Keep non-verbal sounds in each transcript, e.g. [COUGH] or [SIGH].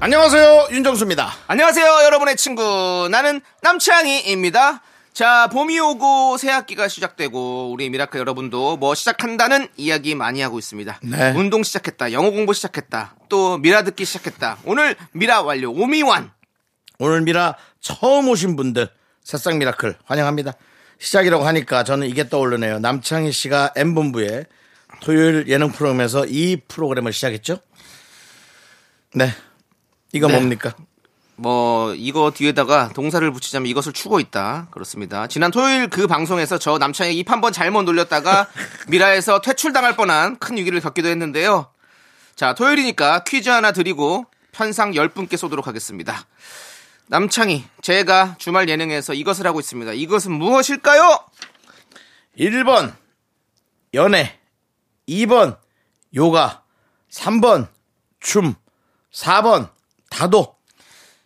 안녕하세요 윤정수입니다. 안녕하세요, 여러분의 친구. 나는 남창희입니다. 자, 봄이 오고 새학기가 시작되고 우리 미라클 여러분도 뭐 시작한다는 이야기 많이 하고 있습니다. 네. 운동 시작했다, 영어 공부 시작했다, 또 미라 듣기 시작했다. 오늘 미라 완료 오미완. 오늘 미라 처음 오신 분들 새싹 미라클 환영합니다. 시작이라고 하니까 저는 이게 떠오르네요. 남창희 씨가 M본부의 토요일 예능 프로그램에서 이 프로그램을 시작했죠? 네. 이거 네. 뭡니까? 뭐 이거 뒤에다가 동사를 붙이자면 이것을 추고 있다. 그렇습니다. 지난 토요일 그 방송에서 저 남창희 입 한 번 잘못 놀렸다가 미라에서 퇴출당할 뻔한 큰 위기를 겪기도 했는데요. 자, 토요일이니까 퀴즈 하나 드리고 편상 10분께 쏘도록 하겠습니다. 남창희, 제가 주말 예능에서 이것을 하고 있습니다. 이것은 무엇일까요? 1번 연애 2번 요가 3번 춤 4번 다도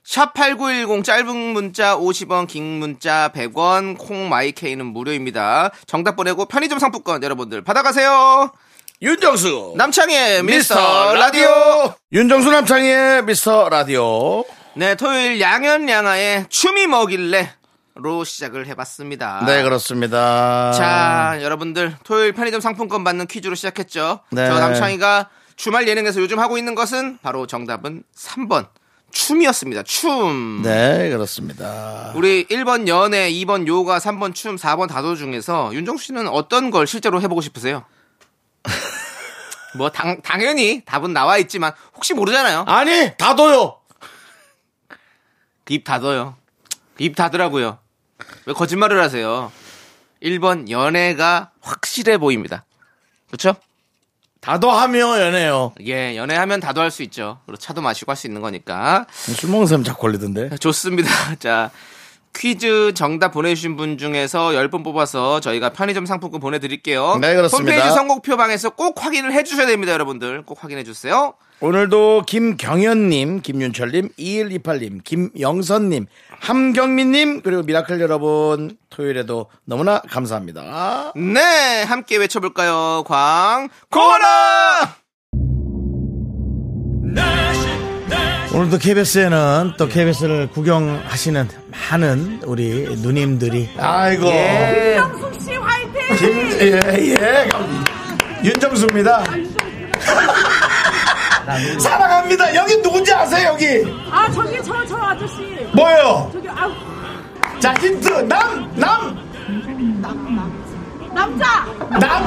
샵8910 짧은 문자 50원 긴 문자 100원 콩마이케이는 무료입니다. 정답 보내고 편의점 상품권 여러분들 받아가세요. 윤정수 남창희의 미스터 라디오. 윤정수 남창희의 미스터 라디오 네, 토요일 양현양아의 춤이 먹일래로 시작을 해봤습니다. 네 그렇습니다 자, 여러분들 토요일 편의점 상품권 받는 퀴즈로 시작했죠. 네. 저 남창희가 주말 예능에서 요즘 하고 있는 것은 바로 정답은 3번 춤이었습니다. 춤. 네 그렇습니다 우리 1번 연애, 2번 요가, 3번 춤, 4번 다도 중에서 윤정수 씨는 어떤 걸 실제로 해보고 [LAUGHS] 싶으세요? 뭐 당, 당연히 답은 나와 있지만 혹시 모르잖아요. 아니 다도요 그 입 닫아요. 그 입 닫으라고요. 왜 거짓말을 하세요? 1번 연애가 확실해 보입니다. 그렇죠? 다도하며 연애요 예, 연애하면 다도 할 수 있죠. 그리고 차도 마시고 할 수 있는 거니까. [LAUGHS] 술 먹는 사람 자꾸 걸리던데 좋습니다. [LAUGHS] 자, 퀴즈 정답 보내주신 분 중에서 10분 뽑아서 저희가 편의점 상품권 보내드릴게요. 네, 그렇습니다. 홈페이지 선곡표 방에서 꼭 확인을 해주셔야 됩니다, 여러분들. 꼭 확인해주세요. 오늘도 김경현님, 김윤철님, 2128님, 김영선님, 함경민님, 그리고 미라클 여러분, 토요일에도 너무나 감사합니다. 네, 함께 외쳐볼까요? 광, 고라! 오늘도 KBS에는 또 KBS를 구경하시는 많은 우리 누님들이. 예. 아이고. 정숙 씨 화이팅! 김, 예, 예. 윤정수입니다. [LAUGHS] 사랑합니다. 여기 누군지 아세요, 여기? 아 저기 저 저 아저씨 뭐예요? 저기 아 자, 힌트. 남! 남! 남자 남!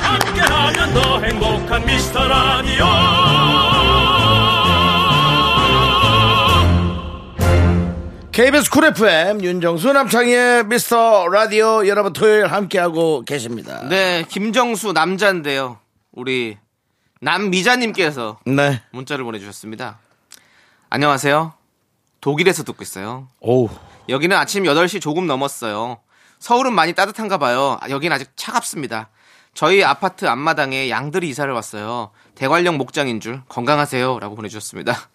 함께하면 더 행복한 미스터 라디오 KBS 쿨 FM 윤정수 남창희의 미스터 라디오 여러분 토요일 함께하고 계십니다. 네, 김정수 남자인데요. 우리 남미자님께서 네. 문자를 보내주셨습니다. 안녕하세요. 독일에서 듣고 있어요. 오. 여기는 아침 8시 조금 넘었어요. 서울은 많이 따뜻한가 봐요. 아, 여긴 아직 차갑습니다. 저희 아파트 앞마당에 양들이 이사를 왔어요. 대관령 목장인 줄 건강하세요. 라고 보내주셨습니다.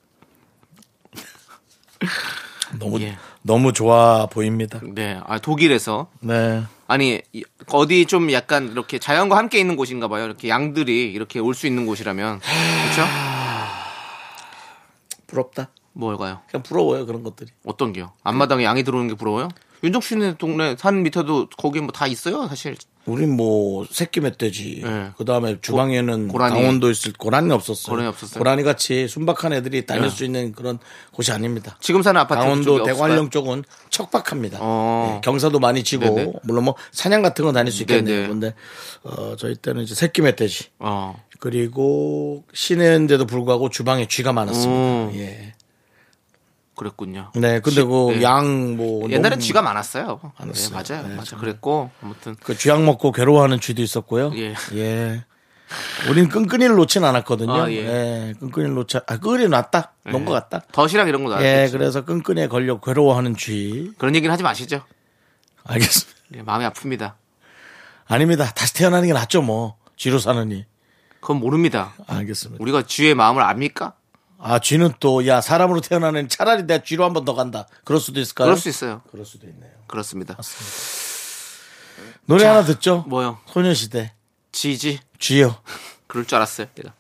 너무 예. 너무 좋아 보입니다. 네, 아, 독일에서. 네. 아니, 이- 어디 좀 약간 이렇게 자연과 함께 있는 곳인가 봐요. 이렇게 양들이 이렇게 올 수 있는 곳이라면. 그쵸? 부럽다. 뭘까요? 그냥 부러워요 그런 것들이. 어떤 게요? 앞마당에 양이 들어오는 게 부러워요? 윤정 씨네 동네 산 밑에도 거기 뭐 다 있어요, 사실. 우린 뭐 새끼 멧돼지. 네. 그 다음에 주방에는 고라니. 강원도 있을 고라니 없었어요. 고라니 없었어요? 고라니 같이 순박한 애들이 다닐 네. 수 있는 그런 곳이 아닙니다. 지금 사는 아파트 강원도 그쪽에 대관령 없을까요? 쪽은 척박합니다. 어. 예, 경사도 많이 지고 네네. 물론 뭐 사냥 같은 건 다닐 수 있겠네요. 네네. 근데 어, 저희 때는 이제 새끼 멧돼지 어. 그리고 시내인데도 불구하고 주방에 쥐가 많았습니다. 음. 예. 그랬군요. 네, 근데 네. 그 양 뭐 옛날엔 너무 쥐가 많았어요. 많았어요. 네, 맞아요. 네, 맞아. 그랬고 아무튼 그 쥐약 먹고 괴로워하는 쥐도 있었고요. 예. 예. 우린 끈끈이를 놓진 않았거든요. 아, 예. 예. 끈끈이를 놓자. 아, 끈이 놨다. 놓은 것 같다. 덫이랑 이런 거도 예, 알아요. 그렇죠. 그래서 끈끈이에 걸려 괴로워하는 주의. 그런 얘기는 하지 마시죠. 알겠습니다. 예, 마음이 아픕니다. 아닙니다. 다시 태어나는 게 낫죠, 뭐. 쥐로 사느니. 그건 모릅니다. 알겠습니다. 우리가 쥐의 마음을 압니까? 아, 쥐는 또, 야, 사람으로 태어나는 차라리 내가 쥐로 한 번 더 간다. 그럴 수도 있을까요? 그럴 수 있어요. 네. 그럴 수도 있네요. 그렇습니다. 노래 하나 듣죠? 뭐요? 소녀시대. 지지. 쥐요. 그럴 줄 알았어요. 내가.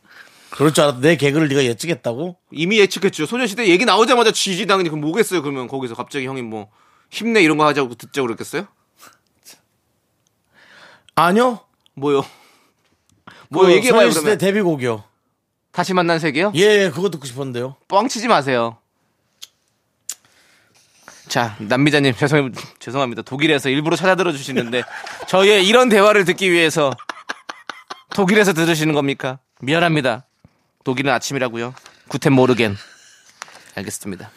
그럴 줄 알았다. 내 개그를 네가 예측했다고? 이미 예측했죠. 소녀시대 얘기 나오자마자 지지 당연히 그럼 뭐겠어요. 그러면 거기서 갑자기 형이 뭐 힘내 이런 거 하자고 듣자고 그랬겠어요? 아니요. 뭐요? 뭐요? 얘기해봐요 소녀시대 그러면. 데뷔곡이요. 그 다시 만난 세계요? 예, 예, 그거 듣고 싶었는데요. 뻥치지 마세요. 자, 남미자님 죄송 죄송합니다. 독일에서 일부러 찾아 [LAUGHS] 들어주시는데 저희의 이런 대화를 듣기 위해서 독일에서 들으시는 겁니까? 미안합니다. 독일은 아침이라고요. 구텐 모르겐. 알겠습니다.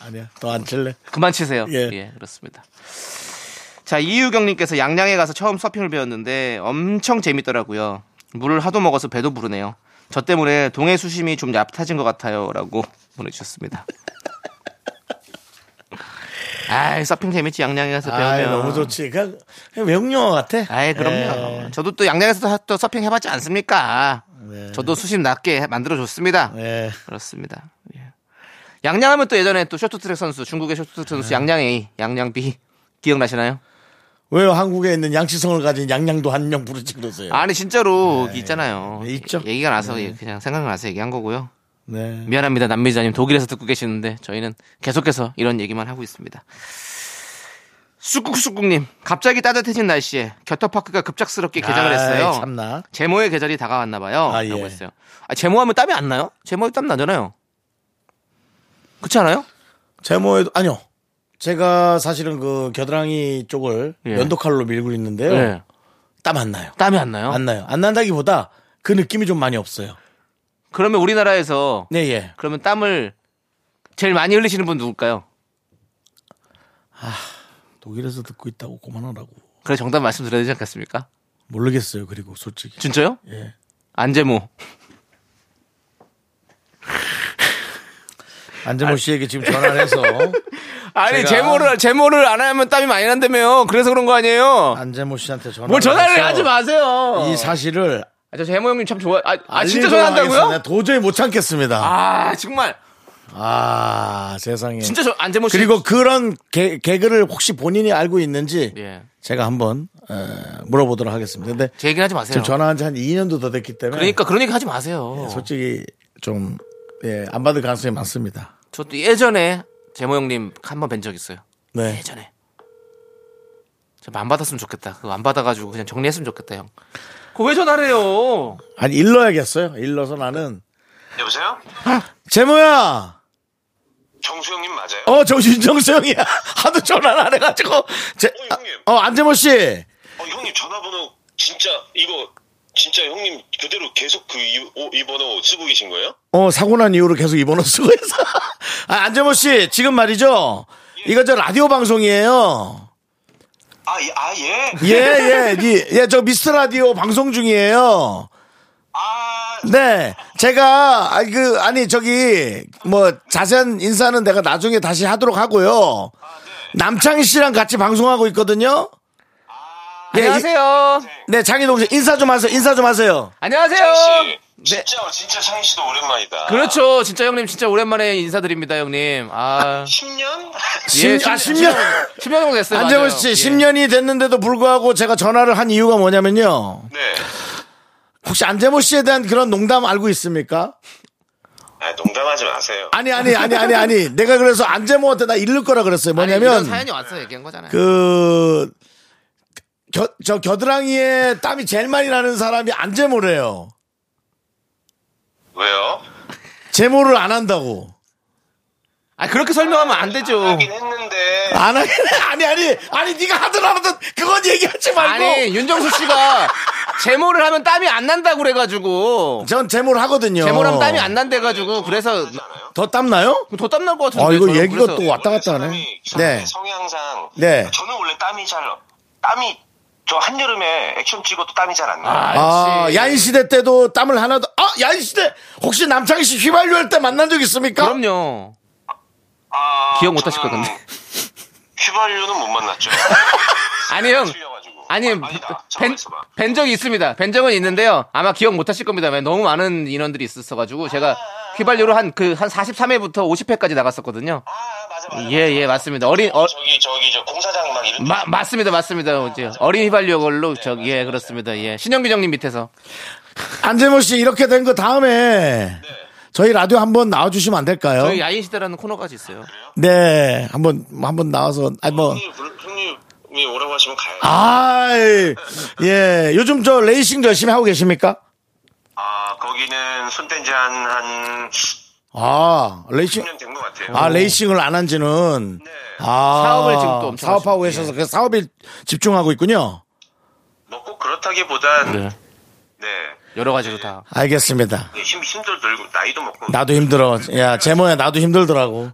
아니야. 더 안 칠래. 그만 치세요. 예. 예. 그렇습니다. 자, 이유경님께서 양양에 가서 처음 서핑을 배웠는데 엄청 재밌더라고요. 물을 하도 먹어서 배도 부르네요. 저 때문에 동해 수심이 좀 얕아진 것 같아요. 라고 [LAUGHS] 보내주셨습니다. 아이, 서핑 재밌지, 양양에 가서 배우면. 아, 너무 예. 좋지. 그냥, 그냥 외국 영화 같아. 아이, 그럼요. 저도 또 양양에서 또 서핑 해봤지 않습니까? 네. 저도 수심 낮게 만들어줬습니다. 예. 예. 그렇습니다. 예. 양양하면 또 예전에 또 쇼트트랙 선수 중국의 쇼트트랙 네. 선수 양양 A, 양양 B [LAUGHS] 기억나시나요? 왜 한국에 있는 양치성을 가진 양양도 한 명 부르지 그러세요? 아니 진짜로 있잖아요. 예. 네, 있죠. 얘기가 나서 예, 그냥 생각나서 얘기한 거고요. 네. 미안합니다 남미자님 독일에서 듣고 계시는데 저희는 계속해서 이런 얘기만 하고 있습니다. 쑥국쑥국님 갑자기 따뜻해진 날씨에 겨터파크가 급작스럽게 개장을 했어요. 아이, 참나. 제모의 계절이 다가왔나 봐요. 아, 라고 예. 했어요. 아, 제모하면 땀이 안 나요? 제모에 땀 나잖아요. 그렇지 않아요? 제모에도 아니요. 제가 사실은 그 겨드랑이 쪽을 예. 면도칼로 밀고 있는데요. 예. 땀 안 나요. 땀이 안 나요? 안 나요. 안 난다기보다 그 느낌이 좀 많이 없어요. 그러면 우리나라에서 네, 예. 그러면 땀을 제일 많이 흘리시는 분 누굴까요? 독일에서 듣고 있다고 그만하라고. 그래 정답 말씀드려야 되지 않겠습니까? 모르겠어요. 그리고 솔직히. 진짜요? 예. 안재모. 안재모 씨에게 지금 전화를 [LAUGHS] 해서 아니 제가- 제모를 제모를 안 하면 땀이 많이 난다며요. 그래서 그런 거 아니에요. 안재모 씨한테 전화를 뭘 전화를 해서 하지 마세요. 이 사실을 아, 저 제모 형님 참 좋아. 아, 아 진짜 알리도록 전화한다고요? 하겠습니다. 내가 도저히 못 참겠습니다. 아, 아 정말 세상에. 진짜 저 안재모 씨. 그리고 그런 개, 개그를 혹시 본인이 알고 있는지 예. 제가 한번 에, 물어보도록 하겠습니다. 근데 제 얘기는 하지 마세요. 지금 전화한 네, 지 한 2년도 더 됐기 때문에 네. 그러니까 그런 얘기 하지 마세요. 솔직히 좀 예, 안 받을 가능성이 많습니다. 저도 예전에 제모 형님 한 번 뵌 적 있어요. 네. 예전에 좀 안 받았으면 좋겠다. 그거 안 받아가지고 그냥 정리했으면 좋겠다 형. 그왜 전화를 해요? 아니 일러야겠어요. 일러서 나는 아, 여보세요? 재모야. 정수영님 맞아요? 어, 정신 정수형이야. [LAUGHS] 하도 전화를 안 해가지고. 제, 어, 형님. 아, 어, 안재모 씨. 어, 형님 전화번호 진짜 이거 진짜 형님 그대로 계속 그 이 번호 쓰고 계신 거예요? 어, 사고 난 이후로 계속 이 [LAUGHS] 번호 쓰고 해서. 아, 안재모 씨, 지금 말이죠. 이거 저 라디오 방송이에요. 아, 예, 아, 예. 예, 예, 예, 예, 저 미스터 라디오 방송 중이에요. 아, 네, 제가 아니 그 아니 저기 뭐 자세한 인사는 내가 나중에 다시 하도록 하고요. 남창희 씨랑 같이 방송하고 있거든요. 네, 안녕하세요. 네, 장희 동생 인사 좀 하세요. 인사 좀 하세요. 안녕하세요. 창희 씨. 네. 진짜 진짜 창희 씨도 오랜만이다. 그렇죠. 진짜 형님 진짜 오랜만에 인사드립니다, 형님. 아. 10년? 예, 십- 예, 아, 10년. 10년 정도 됐어요. 안재호 맞아요. 씨, 예. 10년이 됐는데도 불구하고 제가 전화를 한 이유가 뭐냐면요. 네. 혹시 안재모 씨에 대한 그런 농담 알고 있습니까? 아, 농담하지 마세요. 아니, 아니, 아니, 아니, 아니. 내가 그래서 안재모한테 나 잃을 거라 그랬어요. 아니, 이런 뭐냐면, 사연이 왔어 얘기한 거잖아요. 그, 겨, 저 겨드랑이에 땀이 제일 많이 나는 사람이 안재모래요. 왜요? 제모를 안 한다고. 아, 그렇게 설명하면 안 되죠. 하긴 했는데 안 하긴 [LAUGHS] 해. 아니, 아니, 아니, 네가 하든 안 하든 그건 얘기하지 말고. 아니, 윤정수 씨가 제모를 하면 땀이 안 난다고 그래가지고. 전 제모를 하거든요. 제모를 하면 땀이 안 난대가지고. 그래서 뭐 더 땀나요? 더 땀 날 것 같은데. 아, 이거 저는 얘기가 그래서. 또 왔다 갔다 하네. 사람이 네. 성향상 네. 저는 원래 땀이 잘 땀이 저 한여름에 액션 찍어도 땀이 잘 안 나요. 아, 야인시대 때도 땀을 하나도, 아, 야인시대! 혹시 남창희 씨 휘발유 할 때 만난 적 있습니까? 그럼요. 아, 기억 못 하실 것 저는 같은데. 휘발유는 못 [LAUGHS] 만났죠. 아니 형. 틀려가지고. 아니 아, 아니다. 잠깐만 있어봐. 뵌 적이 있습니다. 뵌 적은 있는데요. 아마 기억 못 하실 겁니다. 왜냐면 너무 많은 인원들이 있었어가지고 제가 휘발유로 한 그 한 43회부터 50회까지 나갔었거든요. 아, 맞아, 맞아. 예, 예, 맞습니다. 어린, 어, 저기, 저기, 저 공사장 막 이런. 마, 맞습니다, 맞습니다. 이제 어린 휘발유 걸로 저, 예, 그렇습니다. 예, 신영규정님 밑에서 안재모 씨 이렇게 된 거 다음에 저희 라디오 한번 나와주시면 안 될까요? 네. 저희 야인 시대라는 코너까지 있어요. 네, 한번 한번 나와서 아니 음. 뭐 형님, 물- 형님이 오라고 하시면 가요. 아, 아이 예 요즘 저 레이싱 열심히 하고 계십니까? 아, 거기는 손뗀 지한한 아 레이싱 10년 된 것 같아요. 아 레이싱을 안 한지는 아 네. 사업을 지금 또 엄청 사업하고 하시고, 계셔서 그 사업에 집중하고 있군요. 뭐 꼭 그렇다기보단 네. 네. 여러 가지로 다. 알겠습니다. 힘 힘들도 들고 나이도 먹고 나도 힘들어. 야 제모야 나도 [LAUGHS] 힘들더라고.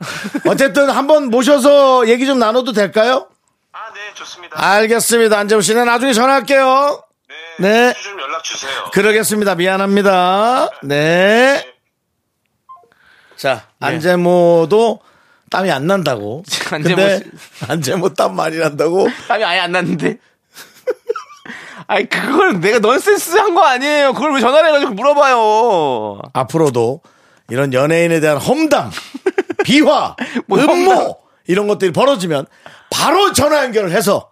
어쨌든 한번 모셔서 얘기 좀 나눠도 될까요? 아 네 좋습니다. 알겠습니다. 안재모 씨는 네, 나중에 전화할게요. 네. 네. 좀 연락 주세요. 그러겠습니다. 미안합니다. 네. 자, 안재모도 땀이 안 난다고. 네. [LAUGHS] 안재모 근데 씨. 안재모 땀 많이 난다고. 땀이 아예 안 났는데. [LAUGHS] 아니, 그걸 내가 넌센스 한 거 아니에요. 그걸 왜 전화를 해가지고 물어봐요. 앞으로도 이런 연예인에 대한 [LAUGHS] 험담, 비화, 뭐 험담. 음모 이런 것들이 벌어지면 바로 전화 연결을 해서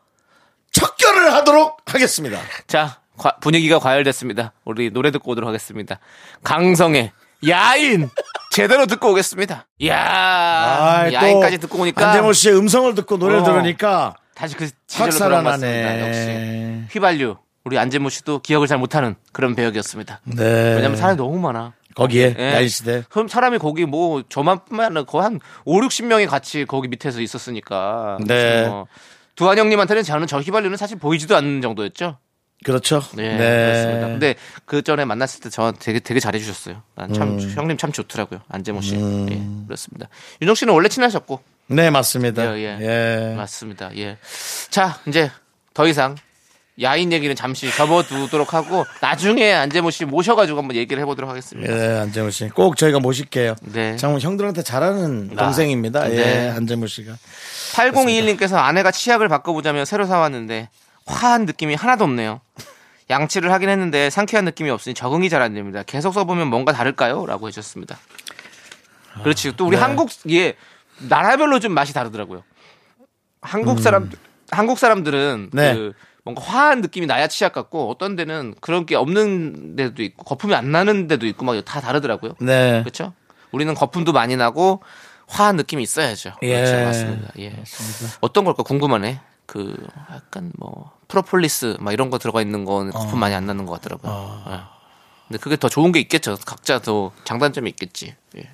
척결을 하도록 하겠습니다. 자, 과- 분위기가 과열됐습니다. 우리 노래 듣고 오도록 하겠습니다. 강성의 야인! 제대로 듣고 오겠습니다. 이야, 아이, 또 야인까지 듣고 오니까 안재모 씨의 음성을 듣고 노래를 어. 들으니까 다시 그 확 시절로 돌아왔습니다. 역시. 살아나네. 휘발유. 우리 안재모 씨도 기억을 잘 못하는 그런 배역이었습니다. 네. 왜냐면 사람이 너무 많아. 거기에 예. 야인 시대. 그럼 사람이 거기 뭐 저만뿐만 아니라 거의 한 5, 60명이 같이 거기 밑에서 있었으니까. 네. 그래서 뭐 두한영님한테는 저는 저 휘발유는 사실 보이지도 않는 정도였죠. 그렇죠. 네, 그렇습니다. 근데 그 전에 만났을 때 저 되게 되게 잘해주셨어요. 난 참 형님 참 좋더라고요. 안재모 씨. 예, 그렇습니다. 윤정 씨는 원래 친하셨고. 네, 맞습니다. 예, 예. 예. 맞습니다. 예. 자 이제 더 이상 야인 얘기는 잠시 접어두도록 하고 나중에 안재모 씨 모셔가지고 한번 얘기를 해보도록 하겠습니다. 예, 안재무 씨. 꼭 저희가 모실게요. 네. 정말 형들한테 잘하는 아, 동생입니다. 네. 예, 안재무 씨가. 8021님께서 아내가 치약을 바꿔보자며 새로 사왔는데 화한 느낌이 하나도 없네요. 양치를 하긴 했는데 상쾌한 느낌이 없으니 적응이 잘 안 됩니다. 계속 써보면 뭔가 다를까요? 라고 해주셨습니다. 그렇지. 또 우리 한국, 예, 나라별로 좀 맛이 다르더라고요. 한국 사람, 한국 사람들은 네. 그 뭔가 화한 느낌이 나야 치약 같고 어떤 데는 그런 게 없는 데도 있고 거품이 안 나는 데도 있고 막 다 다르더라고요. 네. 그렇죠? 우리는 거품도 많이 나고 화한 느낌이 있어야죠. 예. 그렇죠. 맞습니다. 예. 어떤 걸까 궁금하네. 그 약간 뭐 프로폴리스 막 이런 거 들어가 있는 건 거품 많이 안 나는 것 같더라고요. 어. 예. 근데 그게 더 좋은 게 있겠죠. 각자 더 장단점이 있겠지. 예.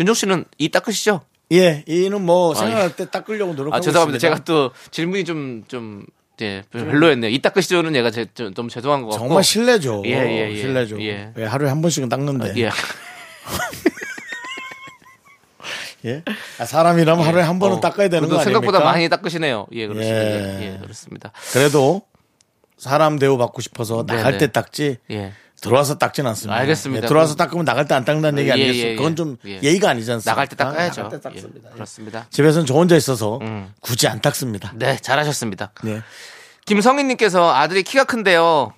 윤종 씨는 이 닦으시죠? 예, 이는 뭐 생각할 때 닦으려고 노력하고 아 죄송합니다. 있습니다. 제가 또 질문이 좀좀 좀, 예, 별로였네요. 이 닦으시죠는 얘가 제, 좀, 좀 죄송한 것 같고. 정말 신뢰죠. 예, 예, 예. 신뢰죠. 예. 예. 하루에 한 번씩은 닦는데. 예. 예? 아, 사람이라면 하루에 한 번은 어, 닦아야 되는 그래도 거 아닙니까? 생각보다 많이 닦으시네요. 예, 그렇습니다. 예. 예, 예, 그렇습니다. 그래도 사람 대우 받고 싶어서 나갈 네. 때 닦지. 예. 들어와서 닦진 않습니다. 알겠습니다. 예, 들어와서 닦으면 나갈 때 안 닦는다는 얘기 예, 아니겠어요? 예, 예. 그건 좀 예. 예의가 아니지 않습니까? 나갈 때 닦아야죠. 음. 나갈 때 예, 닦습니다. 예. 그렇습니다. 집에서는 저 혼자 있어서 굳이 안 닦습니다. 네, 잘하셨습니다. 예. 김성희님께서 아들이 키가 큰데요.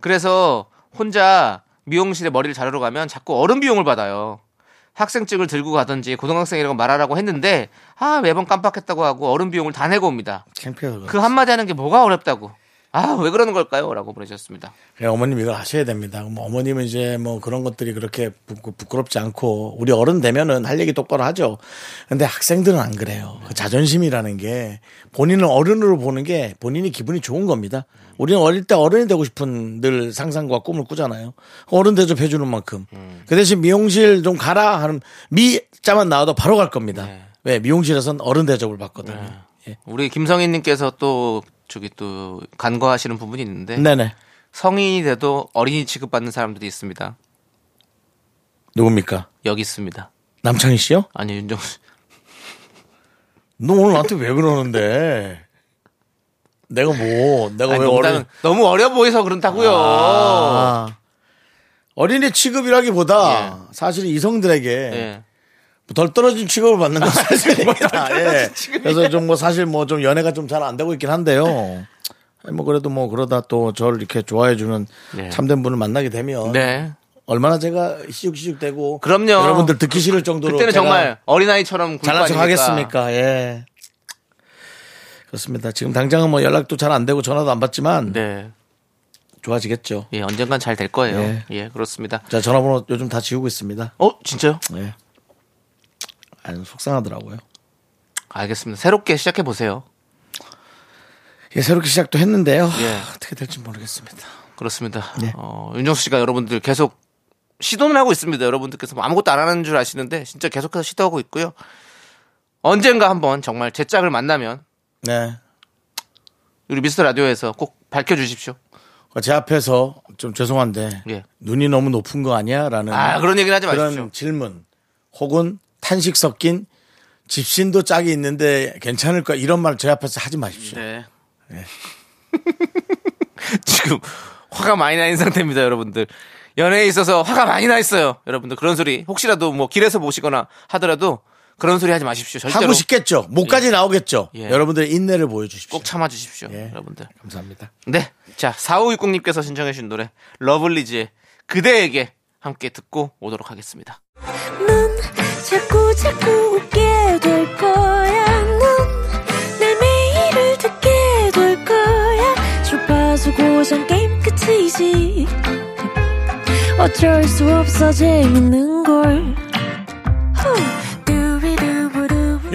그래서 혼자 미용실에 머리를 자르러 가면 자꾸 어른 비용을 받아요. 학생증을 들고 가든지 고등학생이라고 말하라고 했는데 아 매번 깜빡했다고 하고 어른 비용을 다 내고 옵니다. 창피해서 그 한마디 하는 게 뭐가 어렵다고. 아 왜 그러는 걸까요? 라고 보내셨습니다. 그래, 예, 어머님 이걸 아셔야 됩니다. 뭐 어머님은 이제 뭐 그런 것들이 그렇게 부, 부끄럽지 않고 우리 어른 되면은 할 얘기 똑바로 하죠. 근데 학생들은 안 그래요. 그 자존심이라는 게 본인을 어른으로 보는 게 본인이 기분이 좋은 겁니다. 우리는 어릴 때 어른이 되고 싶은 늘 상상과 꿈을 꾸잖아요. 그 어른 대접해 주는 만큼. 그 대신 미용실 좀 가라 하는 미 자만 나와도 바로 갈 겁니다. 왜 미용실에선 어른 대접을 받거든요. 우리 김성희님께서 또 저기 또 간과하시는 부분이 있는데 네네. 성인이 돼도 어린이 취급받는 사람들이 있습니다. 누굽니까? 여기 있습니다. 남창희 씨요? 아니 윤정수 너 오늘 나한테 왜 그러는데? 내가 뭐, 내가 아니, 왜 농담은- 어른, 너무 어려 보여서 그렇다고요. 아, 어린이 취급이라기보다 사실 이성들에게 예. 아, 덜 떨어진 취급을 받는 건 사실입니다. 예. 그래서 좀 뭐 사실 뭐 좀 연애가 좀 잘 안 되고 있긴 한데요. 아니, 뭐 그래도 뭐 그러다 또 저를 이렇게 좋아해 주는 네. 참된 분을 만나게 되면 네. 얼마나 제가 시죽시죽되고 그럼요. 여러분들 듣기 싫을 정도로 그때는 제가 정말 어린아이처럼 굴 잘난 거 척 아닙니까? 하겠습니까? 예. 그렇습니다. 지금 당장은 뭐 연락도 잘 안 되고 전화도 안 받지만 네. 좋아지겠죠. 예, 언젠간 잘 될 거예요. 예. 예, 그렇습니다. 자, 전화번호 요즘 다 지우고 있습니다. 어, 진짜요? 예. 아니, 속상하더라고요. 알겠습니다. 새롭게 시작해 보세요. 예, 새롭게 시작도 했는데요. 예. 어떻게 될지 모르겠습니다. 그렇습니다. 네. 어, 윤정수 씨가 여러분들 계속 시도는 하고 있습니다. 여러분들께서 뭐 아무것도 안 하는 줄 아시는데 진짜 계속해서 시도하고 있고요. 언젠가 한번 정말 제 짝을 만나면 네. 우리 미스터 라디오에서 꼭 밝혀 주십시오. 제 앞에서 좀 죄송한데 예. 눈이 너무 높은 거 아니야? 라는 아, 그런 얘기는 하지 그런 마십시오. 질문 혹은 탄식 섞인 집신도 짝이 있는데 괜찮을까 이런 말 제 앞에서 하지 마십시오. 네. [LAUGHS] 지금 화가 많이 나 있는 상태입니다, 여러분들. 연애에 있어서 화가 많이 나 있어요, 여러분들. 그런 소리 혹시라도 뭐 길에서 보시거나 하더라도 그런 소리 하지 마십시오. 절대로 하고 싶겠죠. 목까지 나오겠죠. 예. 여러분들의 인내를 보여주십시오. 꼭 참아 주십시오, 예. 여러분들. 감사합니다. 네. 자, 4560님께서 신청해 주신 노래 러블리즈의 그대에게 함께 듣고 오도록 하겠습니다. 넌 자꾸 자꾸 웃게 될 거야. 넌내 매일을 듣게 될 거야. 주파수 고정 게임 끝이지. 어쩔 수 없어 재밌는 걸. 후. 두비두부두부.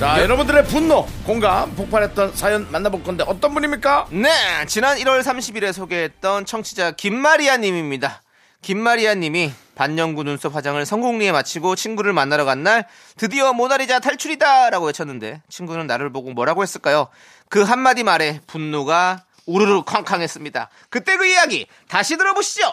자 여러분들의 분노 공감 폭발했던 사연 만나볼 건데 어떤 분입니까? 네, 지난 1월 30일에 소개했던 청취자 김마리아 님입니다. 김마리아 님이 반영구 눈썹 화장을 성공리에 마치고 친구를 만나러 간 날 드디어 모나리자 탈출이다 라고 외쳤는데 친구는 나를 보고 뭐라고 했을까요? 그 한마디 말에 분노가 우르르 쾅쾅 했습니다. 그때 그 이야기 다시 들어보시죠.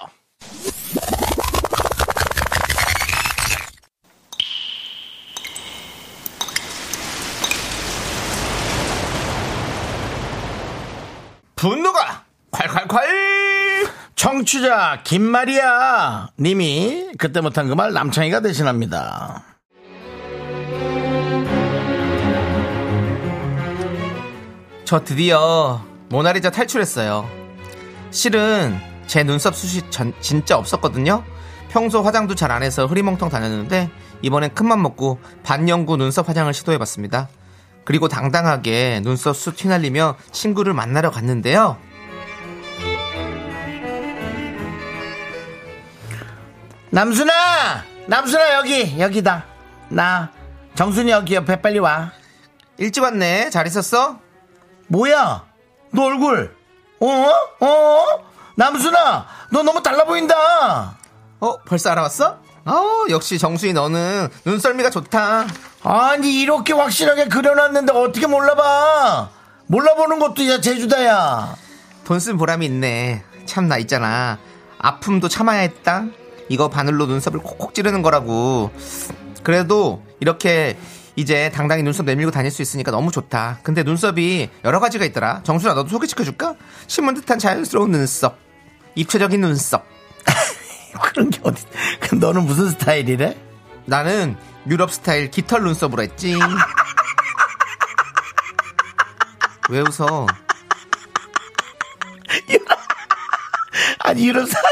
분노가 콸콸콸! 청취자 김마리아 님이 그때 못한 그 말 남창희가 대신합니다. 저 드디어 모나리자 탈출했어요. 실은 제 눈썹 숱이 전- 진짜 없었거든요. 평소 화장도 잘 안 해서 흐리멍텅 다녔는데 이번엔 큰맘 먹고 반영구 눈썹 화장을 시도해봤습니다. 그리고 당당하게 눈썹 숱 휘날리며 친구를 만나러 갔는데요. 남순아! 남순아 여기 여기다. 나 정순이 여기 옆에 빨리 와. 일찍 왔네. 잘 있었어? 뭐야? 너 얼굴. 어? 어? 남순아 너 너무 달라 보인다. 어, 벌써 알아왔어? 어, 역시 정수이 너는 눈썰미가 좋다. 아니 이렇게 확실하게 그려놨는데 어떻게 몰라봐. 몰라보는 것도 야 제주다야. 돈 쓴 보람이 있네. 참 나 있잖아. 아픔도 참아야 했다. 이거 바늘로 눈썹을 콕콕 찌르는 거라고. 그래도 이렇게 이제 당당히 눈썹 내밀고 다닐 수 있으니까 너무 좋다. 근데 눈썹이 여러 가지가 있더라. 정수야 너도 소개시켜줄까? 심은 듯한 자연스러운 눈썹. 입체적인 눈썹. [LAUGHS] 그런 게 어디? 너는 무슨 스타일이래? 나는 유럽 스타일 깃털 [LAUGHS] 눈썹으로 했지. 왜 웃어? 아니 이런 사람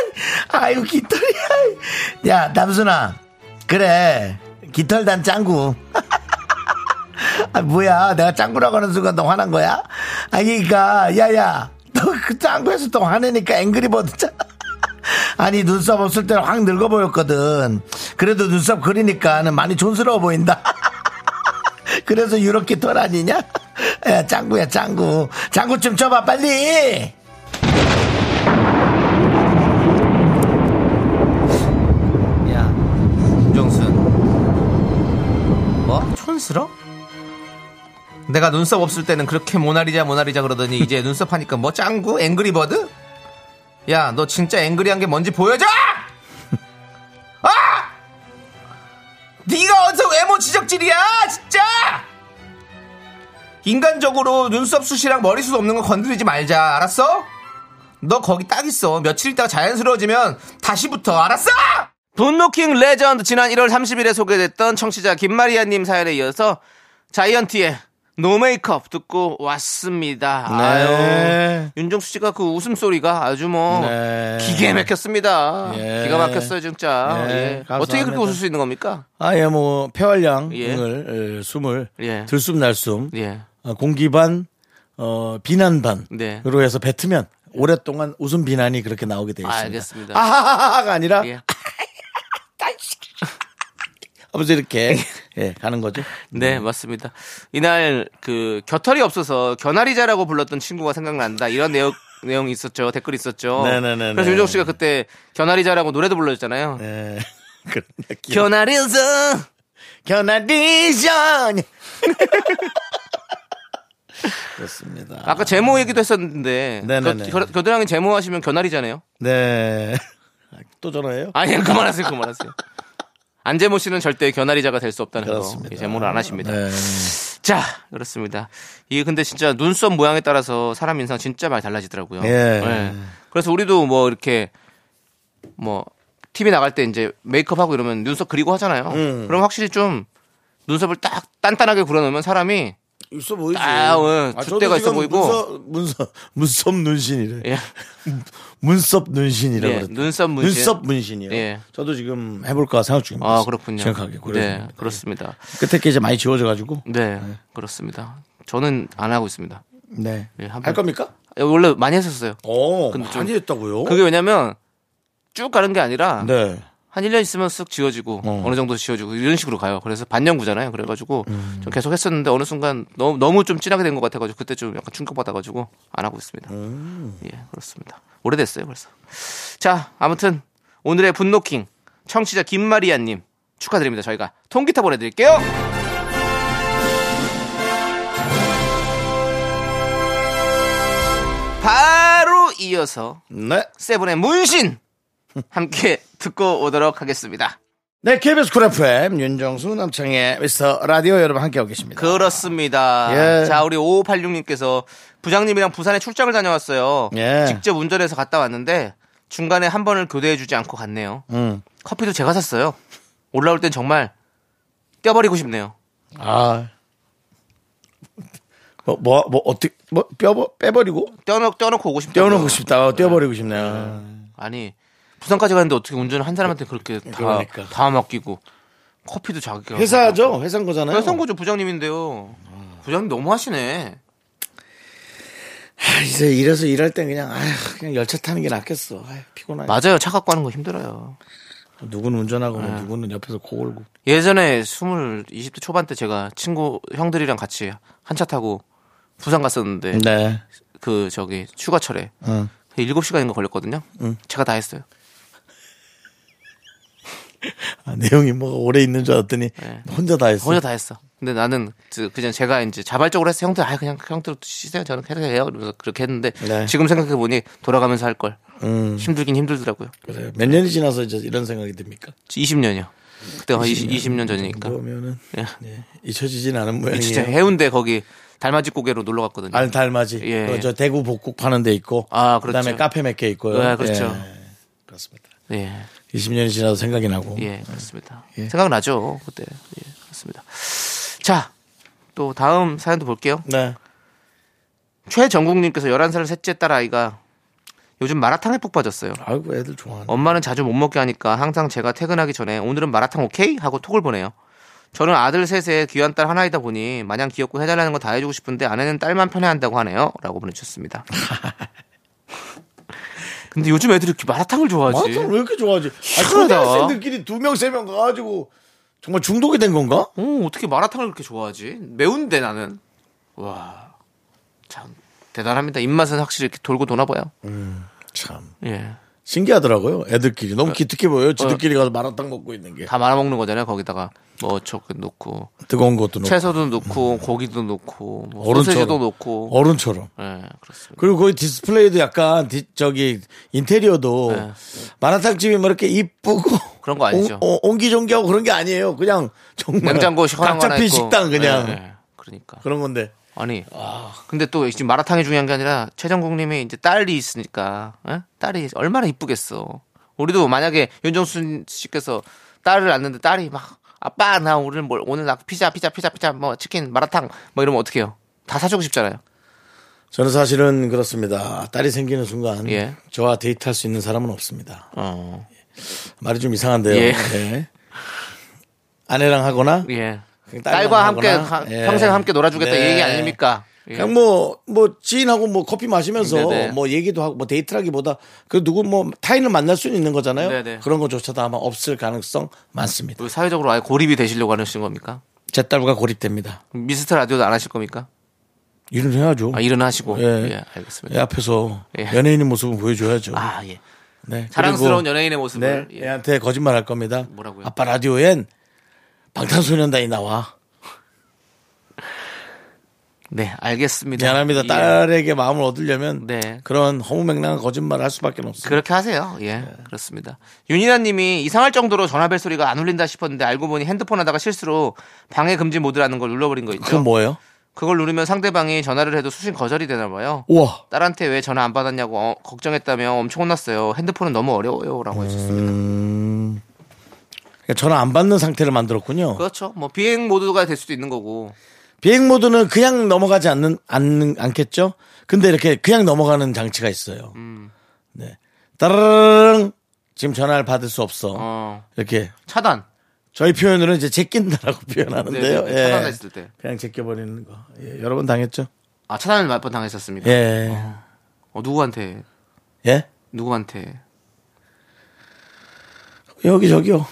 아유 깃털이야 야 남순아 그래 깃털단 짱구 [LAUGHS] 아 뭐야 내가 짱구라고 하는 순간 너 화난 거야 아니 그니까 야야 너 그 짱구에서 또 화내니까 앵그리버드 잖아 [LAUGHS] 아니 눈썹 없을 때는 확 늙어 보였거든 그래도 눈썹 그리니까는 많이 촌스러워 보인다 [LAUGHS] 그래서 유럽 깃털 아니냐 [LAUGHS] 야 짱구야 짱구 짱구 좀 쳐봐 빨리 사랑스러? 뭐? 내가 눈썹 없을 때는 그렇게 모나리자 모나리자 그러더니 이제 눈썹 하니까 뭐 짱구? 앵그리버드? 야, 너 진짜 앵그리한 게 뭔지 보여줘! [LAUGHS] 아! 네가 어디서 외모 지적질이야, 진짜! 인간적으로 눈썹 숱이랑 머리숱 없는 거 건드리지 말자, 알았어? 너 거기 딱 있어. 며칠 있다가 자연스러워지면 다시부터, 알았어? 분노킹 레전드 지난 1월 30일에 소개됐던 청취자 김마리아님 사연에 이어서 자이언티의 노 메이크업 듣고 왔습니다. 아유. 네. 윤종수 씨가 그 웃음소리가 아주 뭐 네. 기계 막혔습니다. 예. 기가 막혔어요, 진짜. 네, 예. 감사합니다. 어떻게 그렇게 웃을 수 있는 겁니까? 아예 뭐 폐활량을 예. 에, 숨을 예. 들숨 날숨 예. 어, 공기 반 어, 비난 반으로 네. 해서 뱉으면 오랫동안 웃음 비난이 그렇게 나오게 되어 있습니다. 알겠습니다. 아하하하가 아니라 네. 예. 아버지 이렇게 예, 가는 거죠. 음. 네, 맞습니다. 이날 그 겨털이 없어서 겨나리자라고 불렀던 친구가 생각난다. 이런 내용 [LAUGHS] 내용이 있었죠. 댓글 있었죠. 네네네네. 그래서 윤정 씨가 그때 겨나리자라고 노래도 불렀잖아요. 예. [LAUGHS] 겨나리자 견아디션 [LAUGHS] 그렇습니다. 아까 제모 얘기도 했었는데 네네네. 겨- 겨- 겨드랑이 제모 하시면 겨나리잖아요. 네. 또 전화해요? 아니 그만하세요, 그만하세요. 안재모 씨는 절대 겨나리자가 될 수 없다는 거 그렇습니다. 예, 제모를 안 하십니다. 네. 자, 그렇습니다. 이게 근데 진짜 눈썹 모양에 따라서 사람 인상 진짜 많이 달라지더라고요. 네. 예. 그래서 우리도 뭐 이렇게 뭐 TV 나갈 때 이제 메이크업하고 이러면 눈썹 그리고 하잖아요. 음. 그럼 확실히 좀 눈썹을 딱 단단하게 그려놓으면 사람이 있어 보이지. 아, 어, 저도 줏대가 있어 지금 보이고. 문서, 문서, 문썹 눈신이래. 예. 문썹 눈신이라고 예, 그랬다. 눈썹 문신. 눈썹 문신이요. 예. 저도 지금 해볼까 생각 중입니다. 아 그렇군요. 정확하게. 네, 그래서 그렇습니다. 끝에 게 이제 많이 지워져가지고. 네, 그렇습니다. 저는 안 하고 있습니다. 네. 예, 한번- 할 겁니까? 원래 많이 했었어요. 어, 근데 좀- 많이 했다고요? 그게 왜냐면 쭉 가는 게 아니라 네. 한 1년 있으면 쓱 지워지고 어. 어. 느 정도 지워지고 이런 식으로 가요. 그래서 반영구잖아요. 그래가지고 음. 좀 계속 했었는데 어느 순간 너무 너무 좀 진하게 된 것 같아가지고 그때 좀 약간 충격받아가지고 안 하고 있습니다. 예 그렇습니다. 오래됐어요 벌써. 자 아무튼 오늘의 분노킹 청취자 김마리아님 축하드립니다. 저희가 통기타 보내드릴게요. 바로 이어서 네. 세븐의 문신 함께 듣고 오도록 하겠습니다. 네, KBS 쿨 FM, 윤정수, 남창의 미스터 라디오 여러분 함께하고 그 계십니다. 그렇습니다. 예. 자, 우리 5586님께서 부장님이랑 부산에 출장을 다녀왔어요. 예. 직접 운전해서 갔다 왔는데 중간에 한 번을 교대해주지 않고 갔네요. 음. 커피도 제가 샀어요. 올라올 땐 정말 떼어버리고 싶네요. 아. 뭐, 뭐, 뭐, 어떻게, 뭐, 뼈, 빼버리고? 떼어놓, 떼어놓고 오고 싶다. 떼어놓고 싶다. 어, 떼어버리고 싶네요. 아니, 부산까지 갔는데 어떻게 운전을 한 사람한테 그렇게 다, 그러니까. 다 맡기고 커피도 자기가. 회사죠? 회사인 거잖아요. 네. 회사인 거죠, 부장님인데요. 부장님 너무 하시네. 아, 이제 이래서 일할 땐 그냥, 아휴, 그냥 열차 타는 게 낫겠어. 아휴, 피곤하네. 맞아요. 차 갖고 하는 거 힘들어요. 누구는 운전하고, 네. 뭐 누구는 옆에서 고글고. 예전에 스물 20대 초반 때 제가 친구 형들이랑 같이 한 차 타고 부산 갔었는데 네. 어. 그 저기 휴가철에 응. 7시간인가 걸렸거든요. 제가 다 했어요. 아, 내용이 뭐가 오래 있는 줄 알았더니, 혼자 다 했어. 네. 혼자 다 했어. 근데 나는 그- 그냥 제가 이제 자발적으로 해서 형들 아 그냥 형들 쉬세요. 저는 계속 해요. 그러면서 그렇게 했는데 네. 음. 지금 생각해 보니 돌아가면서 할 걸. 힘들긴 힘들더라고요. 그래요. 몇 년이 지나서 이제 이런 생각이 듭니까? 20년이요. 그때 한 20, 20년 전이니까. 그러면은, 예. [LAUGHS] 예, 잊혀지진 않은 모양이에요. 진짜 해운대 거기 달맞이 고개로 놀러 갔거든요. 알 달맞이. 예. 그저 대구 복국 파는 데 있고. 아, 그다음에 그렇죠. 카페 몇 개 있고요. 네, 그렇죠. 예, 그렇습니다. 예. 20년이 지나도 생각이 나고. 예, 그렇습니다. 생각나죠, 그때. 예, 그렇습니다. 자, 또 다음 사연도 볼게요. 네. 최정국님께서 11살 셋째 딸아이가 요즘 마라탕에 푹 빠졌어요. 아이고 애들 좋아하네. 엄마는 자주 못 먹게 하니까 항상 제가 퇴근하기 전에 오늘은 마라탕 오케이? 하고 톡을 보내요. 저는 아들 셋에 귀한 딸 하나이다 보니 마냥 귀엽고 해달라는 거 다 해주고 싶은데 아내는 딸만 편애한다고 하네요. 라고 [LAUGHS] 보내주셨습니다. 근데 요즘 애들이 이렇게 마라탕을 좋아하지? 마라탕 왜 이렇게 좋아하지? 아, 희한하다. 초등학생들끼리 두 명, 세 명 가가지고 정말 중독이 된 건가? 어, 어떻게 마라탕을 그렇게 좋아하지? 매운데 나는. 와. 참 대단합니다. 입맛은 확실히 이렇게 돌고 도나 봐요. 참. 예. 어. 신기하더라고요. 애들끼리. 너무 기특해 보여요. 지들끼리 가서 마라탕 먹고 있는 게. 다 말아 먹는 거잖아요, 거기다가. 뭐 저기 넣고 뜨거운 것도 넣고 채소도 넣고 고기도 넣고 뭐 어른처럼. 소세지도 넣고 어른처럼. 예 그렇습니다. 그리고 거기 디스플레이도 약간 디- 저기 인테리어도 네. 마라탕 집이 뭐 이렇게 이쁘고 그런 거 아니죠. 옹, 어, 옹기종기하고 그런 게 아니에요. 그냥 정말 냉장고 시원한 거 각자 하나 핀 있고. 식당 그냥 예, 예. 그러니까 그런 건데 아니 근데 또 지금 마라탕이 중요한 게 아니라 최정국님이 이제 딸이 있으니까 예? 딸이 얼마나 이쁘겠어. 우리도 만약에 윤정수 씨께서 딸을 낳는데 딸이 막 아빠 나 오늘 뭘 오늘 나 피자 피자 피자 피자 뭐 치킨 마라탕 뭐 이러면 어떡해요? 다 사주고 싶잖아요. 저는 사실은 그렇습니다. 딸이 생기는 순간 예. 저와 데이트할 수 있는 사람은 없습니다. 어. 말이 좀 이상한데요. 예. 예. 아내랑 하거나 예. 그냥 딸이랑 딸과 함께 하거나. 가- 예. 평생 함께 놀아주겠다 네. 이 얘기 아닙니까? 예. 그냥 뭐, 뭐, 지인하고 뭐 커피 마시면서 네네. 뭐 얘기도 하고 뭐 데이트라기보다 그 누구 뭐 타인을 만날 수는 있는 거잖아요. 네네. 그런 것조차도 아마 없을 가능성 많습니다. 우리 뭐 사회적으로 아예 고립이 되시려고 하시는 겁니까? 제 딸과 고립됩니다. 미스터 라디오도 안 하실 겁니까? 일은 해야죠. 아, 일은 하시고. 예. 예, 알겠습니다. 예, 앞에서 예. 연예인의 모습은 보여줘야죠. 아, 예. 네. 사랑스러운 그리고 연예인의 네, 모습을. 예. 애한테 거짓말 할 겁니다. 뭐라고요? 아빠 라디오엔 방탄소년단이 나와. 네, 알겠습니다. 미안합니다. 예. 딸에게 마음을 얻으려면 네. 그런 허무맹랑한 거짓말을 할 수밖에 없어요. 그렇게 하세요. 예, 네. 그렇습니다. 윤희나 님이 이상할 정도로 전화벨 소리가 안 울린다 싶었는데 알고 보니 핸드폰 하다가 실수로 방해 금지 모드라는 걸 눌러버린 거 있죠. 그건 뭐예요? 그걸 누르면 상대방이 전화를 해도 수신 거절이 되나 봐요. 우와. 딸한테 왜 전화 안 받았냐고 어, 걱정했다며 엄청 혼났어요. 핸드폰은 너무 어려워요라고 음. 했었습니다. 그러니까 전화 안 받는 상태를 만들었군요. 그렇죠. 뭐 비행 모드가 될 수도 있는 거고. 비행 모드는 그냥 넘어가지 않는 않는 않겠죠? 근데 이렇게 그냥 넘어가는 장치가 있어요. 음. 네. 따르릉 지금 전화를 받을 수 없어. 어. 이렇게 차단. 저희 표현으로는 이제 제낀다라고 표현하는데요. 네, 네, 네. 예. 차단했을 때. 그냥 제껴버리는 거. 예, 여러 번 당했죠? 아, 차단을 몇 번 당했었습니다. 예. 어, 누구한테? 예? 누구한테? 여기 저기요.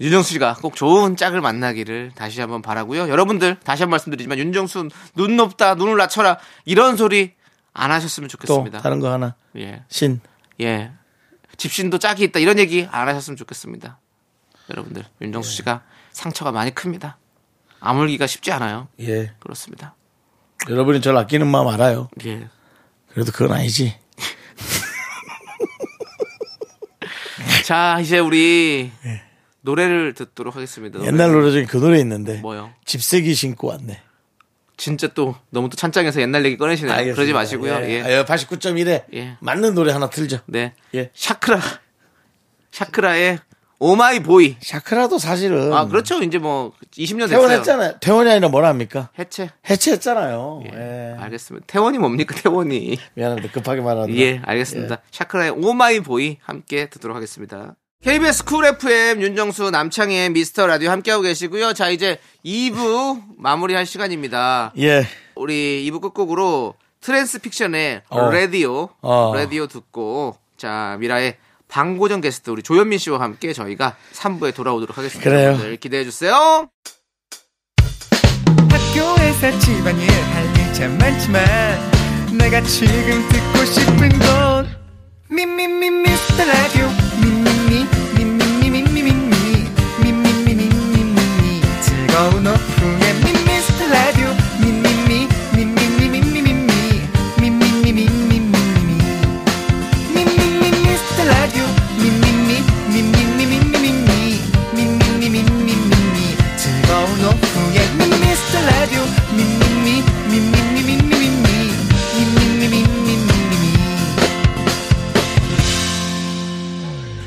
윤정수 씨가 꼭 좋은 짝을 만나기를 다시 한번 바라고요. 여러분들 다시 한 번 말씀드리지만 윤정수 눈 높다 눈을 낮춰라 이런 소리 안 하셨으면 또 좋겠습니다. 다른 거 하나. 예, 신. 예. 집신도 짝이 있다 이런 얘기 안 하셨으면 좋겠습니다. 여러분들 윤정수 예. 씨가 상처가 많이 큽니다. 아물기가 쉽지 않아요. 예. 그렇습니다. 여러분이 저를 아끼는 마음 알아요. [LAUGHS] 예. 그래도 그건 아니지. 자 이제 우리 노래를 듣도록 하겠습니다. 예. 옛날 노래 중에 그 노래 있는데. 뭐요? 집세기 신고 왔네. 진짜 또 너무 또 찬장에서 옛날 얘기 꺼내시네요. 그러지 마시고요. 예. 아, 89.1에 예. 맞는 노래 하나 틀죠. 네. 예. 샤크라. 샤크라의 오마이 보이. 샤크라도 사실은 아, 그렇죠. 이제 뭐 20년 됐어요. 음. 퇴원했잖아요. 퇴원이 아니라 뭐라 합니까? 해체. 해체했잖아요. 예. 예. 알겠습니다. 태원이 뭡니까? 태원이. 미안한데 급하게 말하는. 예, 알겠습니다. 샤크라의 오마이 보이 함께 듣도록 하겠습니다. KBS 쿨 FM 윤정수 남창희의 미스터 라디오 함께하고 계시고요. 자, 이제 2부 마무리할 시간입니다. 예. 우리 2부 끝곡으로 트랜스픽션의 어. 라디오 어. 라디오 듣고 자 미라의 방고정 게스트 우리 조현민 씨와 함께 저희가 3부에 돌아오도록 하겠습니다. 그래요. 여러분들 기대해 주세요. 학교에서 집안일 할 일 참 많지만 내가 지금 듣고 싶은 건 미미미 미스터 라디오 미미미 미미미 미미미 미미미 미미미 즐거운 오후에 미스터 라디오 미미미 미미미 미미미 미미미 미미미 미미미 미스터 라디오 미미미 미미미 미미미 미미미 미미미 즐거운 오후에 Mr. Radio 미미미 미미미 미미미 미미미 미미미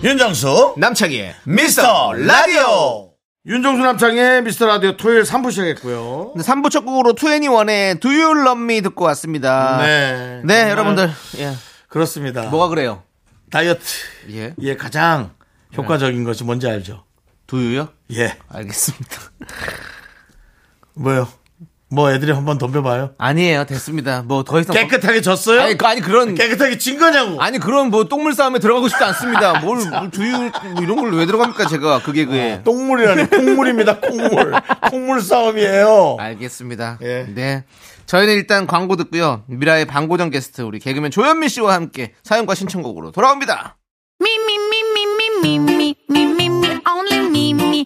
윤정수 남창희의 미스터 라디오. 윤정수 남창의 미스터 라디오 토요일 3부 시작했고요. 3부 네, 첫 곡으로 21의 Do You Love Me 듣고 왔습니다. 네. 네, 정말 여러분들. 예. 그렇습니다. 뭐가 그래요? 다이어트. 예. 예, 가장 효과적인 것이 뭔지 알죠? 두유요? 예. 알겠습니다. 뭐요? 뭐 애들이 한번 덤벼봐요. 아니에요. 됐습니다. 뭐 더 이상 깨끗하게 졌어요? 어, 아니, 그- 아니 그런 깨끗하게 진 거냐고. 아니 그런 뭐 똥물 싸움에 들어가고 싶지 않습니다. 뭘, 뭘 두유 뭐 이런 걸 왜 들어갑니까 제가 그게 그에. 똥물이라니 콩물입니다. 콩물. 콩물 싸움이에요. 알겠습니다. 어. 예. 네. 저희는 일단 광고 듣고요. 미라의 방고정 게스트 우리 개그맨 조현민 씨와 함께 사연과 신청곡으로 돌아옵니다. Me, me, me, me, me, me, me, me, me, me, only me,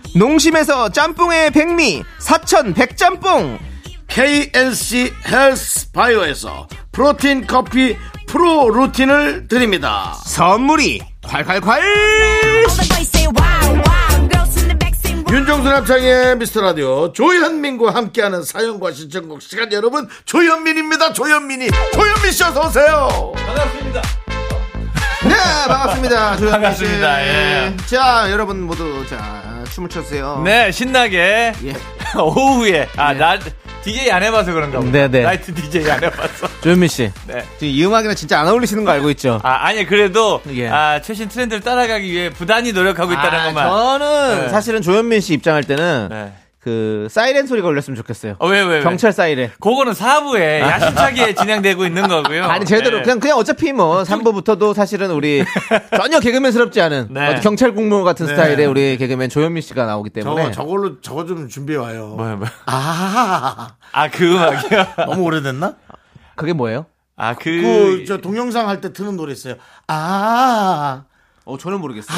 농심에서 짬뽕의 백미, 사천 백짬뽕, KNC 헬스 바이오에서 프로틴 커피 프로 루틴을 드립니다 선물이 콸콸콸! 윤정수 남창의 미스터 라디오 조현민과 함께하는 사연과 신청곡 시간 여러분 조현민입니다 조현민이 조현민 씨 어서 오세요 네, 반갑습니다. 조현민 반갑습니다, 씨. 예. 네. 자, 여러분 모두 자 춤을 췄어요. 네, 신나게. 예. [LAUGHS] 오후에. 아, 나 DJ 안 해봐서 그런가 보다. 네, 네. 나이트 DJ 안 [LAUGHS] 해봤어. 조현민 씨. 네. 지금 이 음악이랑 진짜 안 어울리시는 거 알고 있죠? 아, 아니, 그래도. 예. 아, 최신 트렌드를 따라가기 위해 부단히 노력하고 있다는 아, 것만. 저는 네. 사실은 조현민 씨 입장할 때는 네. 그 사이렌 소리가 울렸으면 좋겠어요. 어, 왜, 왜, 왜? 경찰 사이렌. 그거는 사부에 [LAUGHS] 야심차게 진행되고 있는 거고요. 아니 제대로 네. 그냥 그냥 어차피 뭐 3부부터도 [LAUGHS] 사실은 우리 전혀 개그맨스럽지 않은 네. 어떤 경찰 공무원 같은 스타일의 우리 개그맨 조현민 씨가 나오기 저거 때문에 저걸로 저거 좀 준비해 와요 네. 뭐야, 뭐야. 아 아, 그 음악이요? 너무 오래됐나? 그게 뭐예요? 아, 그. [LAUGHS] 그 저 동영상 할 때 트는 노래 있어요 아아아아 어 저는 모르겠어요.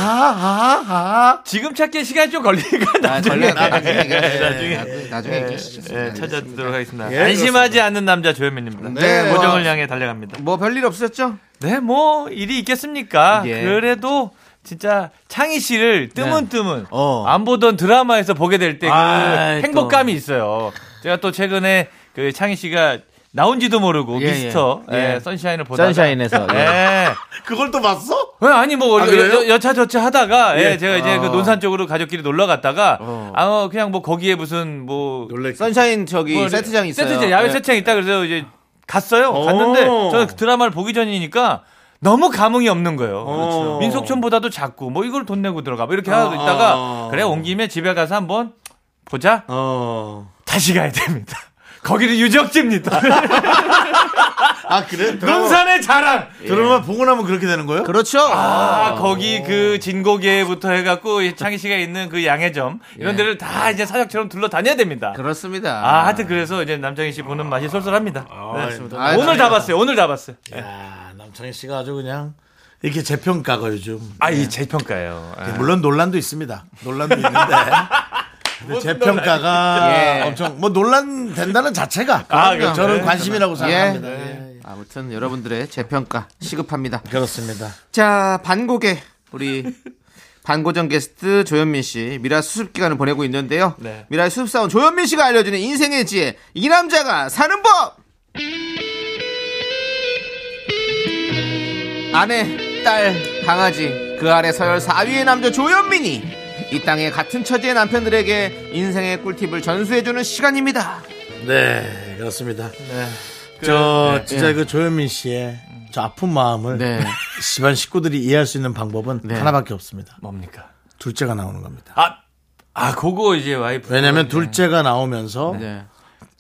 아, 지금 찾기에 시간이 좀 걸리니까 아, 나중에. 걸려요. 나중에 얘기하시죠. 나중에. 나중에 나중에 얘기하시죠. 예, 찾아드도록 하겠습니다. 예, 안심하지 않는 남자 조현민입니다. 네, 모정을 뭐. 향해 달려갑니다. 뭐 별일 없으셨죠? 네, 뭐 일이 있겠습니까? 예. 그래도 진짜 창희 씨를 뜨문뜨문 어. 안 보던 드라마에서 보게 될 때 그 아이, 또. 행복감이 있어요. 제가 또 최근에 그 창희 씨가 나온지도 모르고 예, 미스터 예. 예, 선샤인을 보다가 선샤인에서, 예. 예. 그걸 또 봤어? 왜, 아니 뭐 아, 여- 그래요? 여- 여차저차 하다가 예, 예. 제가 이제 그 어. 논산 쪽으로 가족끼리 놀러 갔다가 어. 아 어, 그냥 뭐 거기에 무슨 뭐 놀래 선샤인 저기 뭐 세트장 있어요. 세트장, 야외 네. 세트장 있다 그래서 이제 갔어요. 갔는데 저는 그 드라마를 보기 전이니까 너무 감흥이 없는 거예요. 그렇죠. 민속촌보다도 작고 뭐 이걸 돈 내고 들어가 뭐 이렇게 아. 하고 있다가 그래 온 김에 집에 가서 한번 보자. 어. 다시 가야 됩니다. [LAUGHS] 거기는 [LAUGHS] 유적지입니다. 아 그래? 예. 드라마, 논산의 자랑. 드라마 보고 나면 그렇게 되는 거예요? 그렇죠. 아, 거기 그 진고개부터 해갖고 이 창희 씨가 있는 그 양해점 이런 예. 데를 다 이제 사적처럼 둘러 다녀야 됩니다. 그렇습니다. 아, 하여튼 그래서 이제 남창희 씨 보는 맛이 쏠쏠합니다. 그렇습니다. 아, 오늘 다 봤어요. 오늘 다 봤어요. 야, 아, 남창희 씨가 아주 그냥 이렇게 재평가가 요즘 네. 아, 이 재평가예요. 예. 물론 논란도 있습니다. 논란도 있는데. 근데 제 평가가 예. 엄청 뭐 논란 된다는 자체가 아, 그럼요. 그럼. 저는 네. 관심이라고 생각합니다. 예. 아무튼 여러분들의 재평가 시급합니다. 그렇습니다. 자, 반고개 우리 반고정 게스트 조현민 씨 미라 수습 기간을 보내고 있는데요. 네. 미라의 수습 사원 조현민 씨가 알려주는 인생의 지혜 이 남자가 사는 법. 아내, 딸, 강아지 그 아래 서열 4위의 남자 조현민이 이 땅의 같은 처지의 남편들에게 인생의 꿀팁을 전수해주는 시간입니다. 네, 그렇습니다. 네, 저 진짜 그 조현민 씨의 저 아픈 마음을 네. 집안 식구들이 이해할 수 있는 방법은 네. 하나밖에 없습니다. 뭡니까? 둘째가 나오는 겁니다. 아, 아, 그거 이제 와이프. 왜냐하면 둘째가 나오면서 네.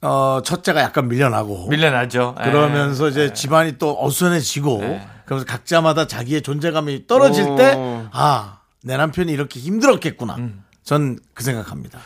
어, 첫째가 약간 밀려나고 밀려나죠. 예. 그러면서 이제 집안이 또 어수선해지고 그러면서 각자마다 자기의 존재감이 떨어질 때 아, 내 남편이 이렇게 힘들었겠구나. 전 그 생각합니다.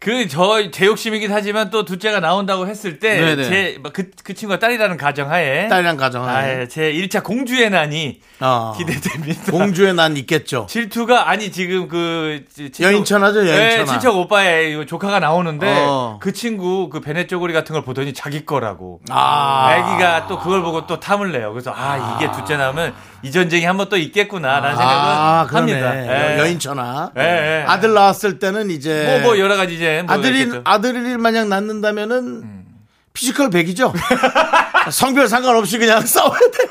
그, 저, 제 욕심이긴 하지만 또 둘째가 나온다고 했을 때, 네네. 제, 막 그, 그 친구가 딸이라는 가정하에. 딸이랑 가정하에 아, 제 1차 공주의 난이 어, 기대됩니다. 공주의 난 있겠죠. [LAUGHS] 질투가 아니 지금 그 지- 친척- 여인천하죠, 여인천하. 아. 네, 친척 오빠의 이 조카가 나오는데 어. 그 친구 그 베네 쪼그리 같은 걸 보더니 자기 거라고 아. 아기가 또 그걸 보고 또 탐을 내요 그래서 아 이게 둘째 나오면 이 전쟁이 한번 또 있겠구나라는 생각을 아, 그러네. 합니다 여- 여인천하. 예, 예. 아들 낳았을 때는 이제 뭐뭐 여러 가지 음. 이제 뭐 네. 아들이 이렇게 또- 아들이 만약 낳는다면은 피지컬 100이죠. [LAUGHS] 성별 상관없이 그냥 [LAUGHS] 싸워야 되는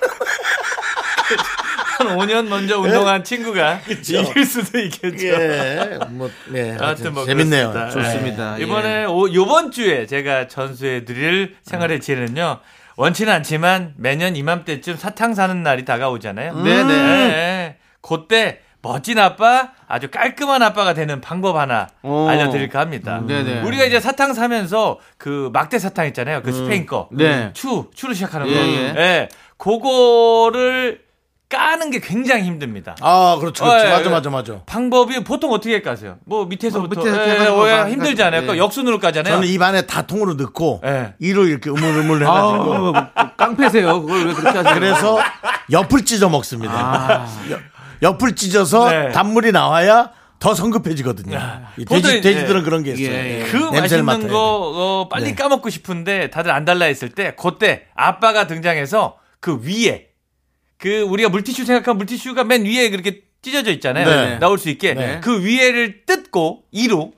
한 5년 예? 먼저 운동한 [LAUGHS] 친구가 이길 수도 있겠죠 게. 뭐, 네. 하여튼 뭐 재밌네요. 그렇습니다. 좋습니다. 예. 예. 이번에 오, 요번 주에 제가 전수해 드릴 생활의 지혜는요. 원치는 음. 않지만 매년 이맘때쯤 사탕 사는 날이 다가오잖아요. 네네. 예, 예. 음. 그때 멋진 아빠, 아주 깔끔한 아빠가 되는 방법 하나 오. 음. 알려드릴까 합니다. 네네. 우리가 이제 사탕 사면서 그 막대 사탕 있잖아요. 그 스페인 거. 음. 네. 추, 추로 시작하는 예, 거. 예. 예. 그거를 까는 게 굉장히 힘듭니다. 아, 그렇죠. 그렇죠. 어, 예, 맞아, 예. 맞아, 맞아. 방법이 보통 어떻게 까세요? 뭐 밑에서부터 뭐 밑에서 예, 해가지고 예, 막 힘들지 해가지고, 않아요? 예. 역순으로 까잖아요. 저는 입 안에 다 통으로 넣고 네. 예. 이로 이렇게 우물우물 해가지고 아우, 깡패세요. 그걸 왜 그렇게 하세요? 그래서 옆을 찢어 먹습니다. 옆- 옆을 찢어서 아. 네. 아. 단물이 나와야 더 성급해지거든요. 이 보통 돼지, 이제- 돼지들은 그런 게 있어요. 예, 예. 그 냄새를 맛있는 맡아야 거 어, 빨리 네. 까먹고 싶은데 다들 안 달라 했을 때 그때 아빠가 등장해서 그 위에 그 우리가 물티슈 생각한 물티슈가 맨 위에 그렇게 찢어져 있잖아요. 네. 나올 수 있게 그 위에를 뜯고 이로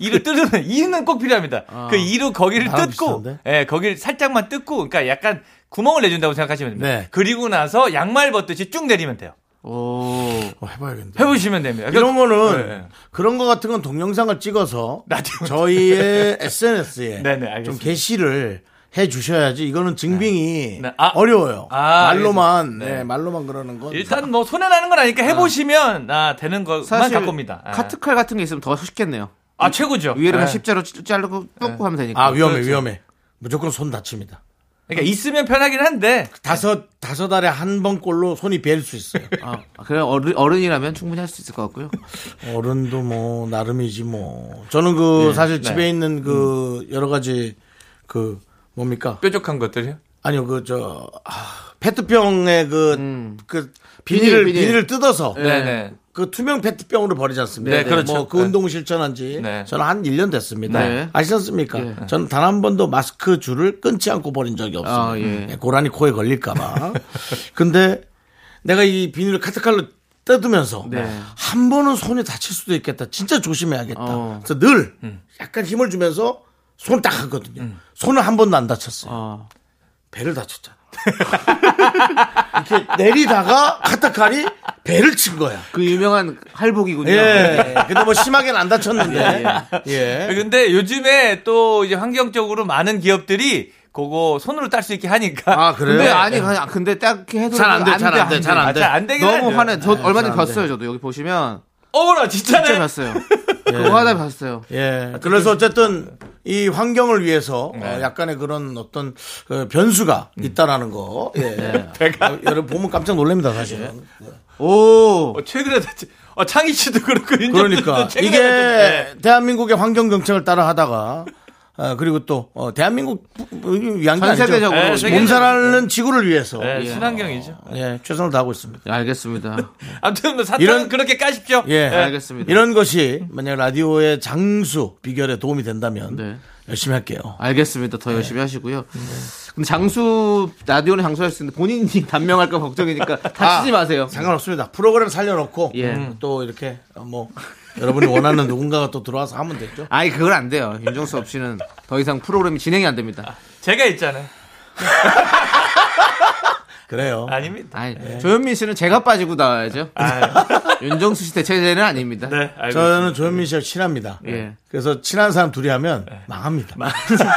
이로 뜯는 [LAUGHS] 이는 꼭 필요합니다. 그 이로 거기를 아. 나랑 뜯고 비슷한데? 예, 거기를 살짝만 뜯고 그러니까 약간 구멍을 내준다고 생각하시면 됩니다. 네. 그리고 나서 양말 벗듯이 쭉 내리면 돼요. 어, 해봐야겠는데. 해보시면 됩니다. 이런 거는 그러니까 네, 네. 그런 거 같은 건 동영상을 찍어서 [LAUGHS] 라디오- 저희의 SNS에 네, 네, 알겠습니다. 좀 게시를 해 주셔야지 이거는 증빙이 네. 아. 어려워요. 아, 말로만 알겠습니다. 네. 네, 말로만 그러는 건 일단 뭐 손해 나는 건 아니니까 해보시면 아, 되는 것만 사실 갖고 옵니다. 예. 카트칼 같은 게 있으면 더 쉽겠네요. 아 최고죠. 위에를 한 예. 십자로 찌- 자르고 뚫고 하면 되니까. 아 위험해 그렇죠. 위험해. 무조건 손 다칩니다. 그러니까 있으면 편하긴 한데 다섯 다섯 알에 한 번꼴로 손이 베일 [LAUGHS] 수 있어요. 그래 어른, 어른이라면 충분히 할 수 있을 것 같고요. 어른도 뭐 나름이지 뭐. 저는 예. 그 네. 사실 집에 있는 그 여러 가지 그 뭡니까? 뾰족한 것들이요. 아니요 그 저 페트병의 그 그 비닐을 음. 비닐, 비닐. 비닐을 뜯어서 네네. 그 투명 페트병으로 버리지 않습니까? 네, 그렇죠. 뭐그 네. 운동을 실천한 지 네. 저는 한 1년 됐습니다. 네. 아시지 않습니까? 저는 단 한 번도 마스크 줄을 끊지 않고 버린 적이 없습니다. 아, 예. 예, 고라니 코에 걸릴까봐. [LAUGHS] 근데 내가 이 비닐을 카트칼로 뜯으면서 한 번은 손이 다칠 수도 있겠다. 진짜 조심해야겠다. 어. 그래서 늘 약간 힘을 주면서 손 딱 하거든요. 손은 한 번도 안 다쳤어요. 어. 배를 다쳤잖아. [LAUGHS] 이렇게 내리다가 카타칼이 배를 친 거야. 그 유명한 할복이군요. 예. 네. 근데 뭐 심하게는 안 다쳤는데. 예. 네, 근데 요즘에 또 이제 환경적으로 많은 기업들이 그거 손으로 딸 수 있게 하니까 아, 그래요? 근데 아니 그냥- 근데 딱 해도 잘 안 돼, 잘 안 돼, 잘 안 돼. 예. 아, 안 되긴 너무 하죠. 화내. 저 얼마 전에 잘안 돼. 봤어요. 저도 여기 보시면 어머나 진짜네. 진짜 봤어요. 그거 하나 봤어요. 예. 그래서 어쨌든 이 환경을 위해서 어, 약간의 그런 어떤 그 변수가 있다라는 거. 예. 어, 여러분 보면 깜짝 놀랍니다, 사실은. 네. 오. 어, 최근에 다치- 어, 창희 씨도 그렇고 윤정수도 [LAUGHS] 그러니까 최근에 이게 다쳤- 대한민국의 환경 정책을 따라 하다가 어, 그리고 또 어, 대한민국 양계 전 세계적으로. 예, 아니죠. 세계적으로. 몸살하는 지구를 위해서 네, 네, 친환경이죠. 예, 최선을 다하고 있습니다. 예, 알겠습니다. 아무튼 뭐 사탕 이런- 그렇게 까십시오. 예. 네, 알겠습니다. 이런 것이 만약 라디오의 장수 비결에 도움이 된다면 네. 열심히 할게요. 알겠습니다. 예. 더 열심히 하시고요. 근데 장수 라디오는 장수할 수 있는데 본인이 [LAUGHS] 단명할까 걱정이니까 아, 다치지 마세요. 상관없습니다. 프로그램 살려놓고 예. 음, 또 이렇게 어, 뭐 여러분이 원하는 누군가가 또 들어와서 하면 되죠. 아이 그걸 안 돼요. 윤정수 없이는 더 이상 프로그램이 진행이 안 됩니다. 제가 있잖아요. 그래요. 아닙니다. 아이 네. 조현민 씨는 제가 빠지고 나와야죠. 아, [LAUGHS] 윤정수 씨 대체제는 아닙니다. 네, 알겠습니다. 저는 조현민 씨랑 친합니다. 예. 그래서 친한 사람 둘이 하면 망합니다.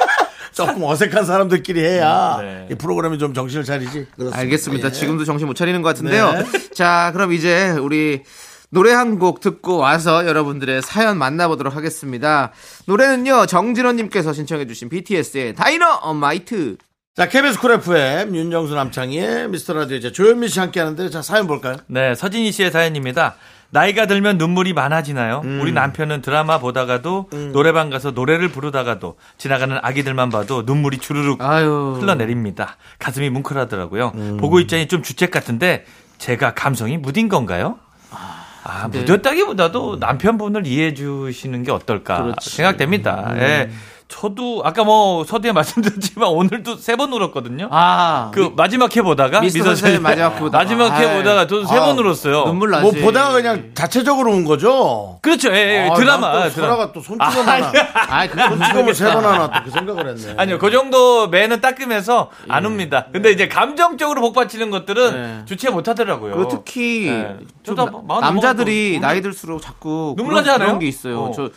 [LAUGHS] 조금 어색한 사람들끼리 해야 네. 이 프로그램이 좀 정신을 차리지. 그렇습니다. 예. 알겠습니다. 지금도 정신 못 차리는 것 같은데요. 네. 자, 그럼 이제 우리 노래 한 곡 듣고 와서 여러분들의 사연 만나보도록 하겠습니다. 노래는요, 정진호님께서 신청해주신 BTS의 다이너 온 마이트. 자, KBS 쿨 FM 윤정수 남창희의 미스터 라디오 이제 조현민 씨 함께 하는데 자 사연 볼까요? 네, 서진희 씨의 사연입니다. 나이가 들면 눈물이 많아지나요? 음. 우리 남편은 드라마 보다가도 노래방 가서 노래를 부르다가도 지나가는 아기들만 봐도 눈물이 주르륵 아유. 음. 흘러내립니다. 가슴이 뭉클하더라고요. 보고 있자니 좀 주책 같은데 제가 감성이 무딘 건가요? 아, 무뎠다기보다도 음. 남편분을 이해해 주시는 게 어떨까 그렇죠. 생각됩니다. 음. 예. 저도 아까 뭐 서두에 [LAUGHS] 말씀드렸지만 오늘도 세 번 울었거든요. 아, 그 마지막 해 보다가 미스터 선생님 마지막 보다가. 아, 마지막 해 보다가 저도 세 번 울었어요. 눈물 나지. 뭐 보다가 그냥 자체적으로 온 거죠. 그렇죠. 예, 예. 아, 난 드라마. 드라마. 또 설아가 또 손주검 하나, 아, 그거 손주검을 세 번 하나 또 그 생각을 했네. 아니요, 그 정도 매는 따끔해서 안 옵니다. 근데 이제 감정적으로 복받치는 것들은 예. 주체 못 하더라고요. 그거 특히 예. 좀 저도 한 번- 마흔 남자들이 넘어가도 나이 들수록 자꾸 눈물 나지 그런- 않아요? 그런 게 있어요. 어. 음. 저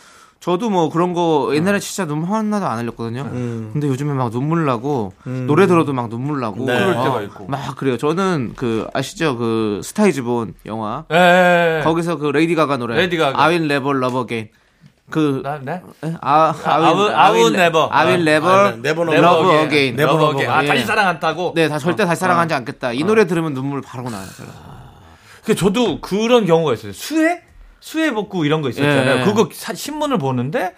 저도 뭐 그런 거 옛날에 진짜 눈물 하나도 안 흘렸거든요. 근데 요즘에 막 눈물 나고 노래 들어도 막 눈물 나고 네. 그럴 음. 때가 있고. 막 그래요. 저는 그 아시죠 그 스타이즈본 영화 예. 거기서 그 레이디 가가 노래 레이디 가가. I will never love again 그 나, 네? 에? 아, I will- I will never. I will 아, never, 네, never love love again. never 러브 러브 어게인. 아, 어. 예. 다시 사랑한다고? 네, 다 절대 다시 사랑하지 않겠다. 이 노래 들으면 눈물 바로 나요. 그 저도 그런 경우가 있어요. 수해? 수해 복구 이런 거 있었잖아요. 예. 그거 사- 신문을 보는데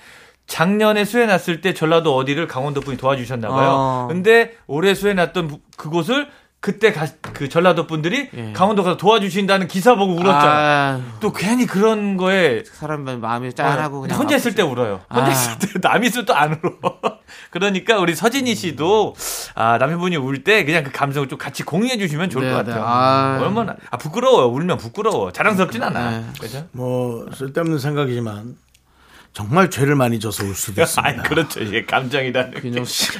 작년에 수해 났을 때 전라도 어디를 강원도 분이 도와주셨나 봐요. 어. 근데 올해 수해 났던 부- 그곳을 그때 가, 그 전라도 분들이 예. 강원도 가서 도와주신다는 기사 보고 울었잖아요. 아, 또 괜히 그런 거에 사람 마음이 짠하고 그냥 혼자 아프죠. 있을 때 울어요. 혼자 아. 있을 때 [LAUGHS] 남이 있으면 또 안 울어. [LAUGHS] 그러니까 우리 서진이 씨도 아, 남편분이 울 때 그냥 그 감성을 좀 같이 공유해 주시면 좋을 네, 것 네. 같아요. 아. 얼마나 아 부끄러워요. 울면 부끄러워. 자랑스럽진 않아. 네. 그죠? [LAUGHS] 뭐 쓸데없는 생각이지만 정말 죄를 많이 져서 울 수도 아니 있습니다. 그렇죠. 이게 감정이라는 게. 균형 씨.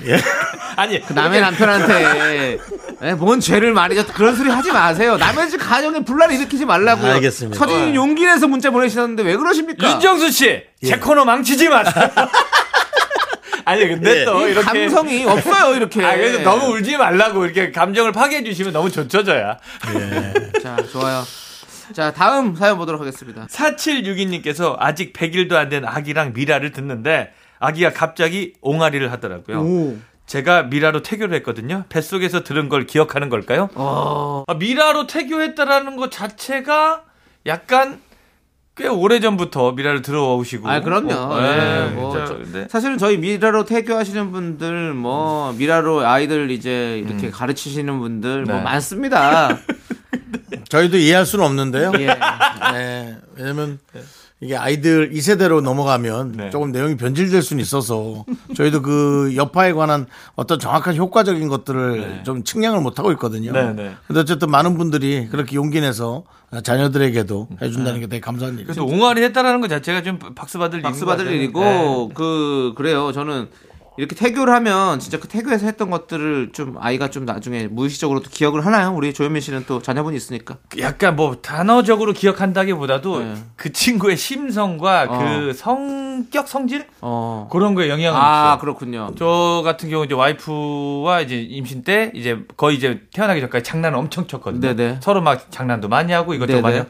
아니 그러니까. 그 [LAUGHS] 남의 남편한테 에, 뭔 죄를 말이죠 그런 소리 하지 마세요. 남의 집 가정에 분란을 일으키지 말라고요. 알겠습니다. 서진이 용기 내서 문자 보내셨는데 왜 그러십니까? 어. 윤정수 씨, 예. 제 코너 망치지 마세요. [LAUGHS] 아니 근데 예. 또 이 이렇게 감성이 예. 없어요 이렇게. 아 그래서 너무 울지 말라고 이렇게 감정을 파괴해 주시면 너무 좋쳐져야. 자 좋아요. 자 다음 사연 보도록 하겠습니다. 4762님께서 아직 100일도 안 된 아기랑 미라를 듣는데 아기가 갑자기 옹알이를 하더라고요. 제가 미라로 태교를 했거든요. 뱃속에서 들은 걸 기억하는 걸까요? 어. 아, 미라로 태교했다라는 것 자체가 약간 꽤 오래전부터 미라를 들어오시고. 아 그럼요. 어, 예, 예, 뭐 진짜. 저- 근데 사실은 저희 미라로 태교하시는 분들 뭐 미라로 아이들 이제 이렇게 가르치시는 분들 뭐 음. 네. 많습니다. 저희도 이해할 수는 없는데요. 예. 네, 왜냐면 이게 아이들 2세대로 넘어가면 네. 조금 내용이 변질될 수는 있어서 저희도 그 여파에 관한 어떤 정확한 효과적인 것들을 좀 측량을 못하고 있거든요. 네, 네. 근데 어쨌든 많은 분들이 그렇게 용기 내서 자녀들에게도 해준다는 게 되게 감사한 일이죠. 음, 네. 그래서 옹알이 했다라는 것 자체가 좀 박수 받을 일인 박수 것 받을 같아요. 일이고 네. 그 그래요. 저는 이렇게 태교를 하면 진짜 그 태교에서 했던 것들을 좀 아이가 좀 나중에 무의식적으로 또 기억을 하나요? 우리 조현민 씨는 또 자녀분이 있으니까. 약간 뭐 단어적으로 기억한다기보다도 네. 그 친구의 심성과 어. 그 성격 성질 어. 그런 거에 영향을 아 미쳐요. 그렇군요. 저 같은 경우 이제 와이프와 이제 임신 때 이제 거의 이제 태어나기 전까지 장난을 엄청 쳤거든요. 네네. 서로 막 장난도 많이 하고 이것저것 네네. 많이 하고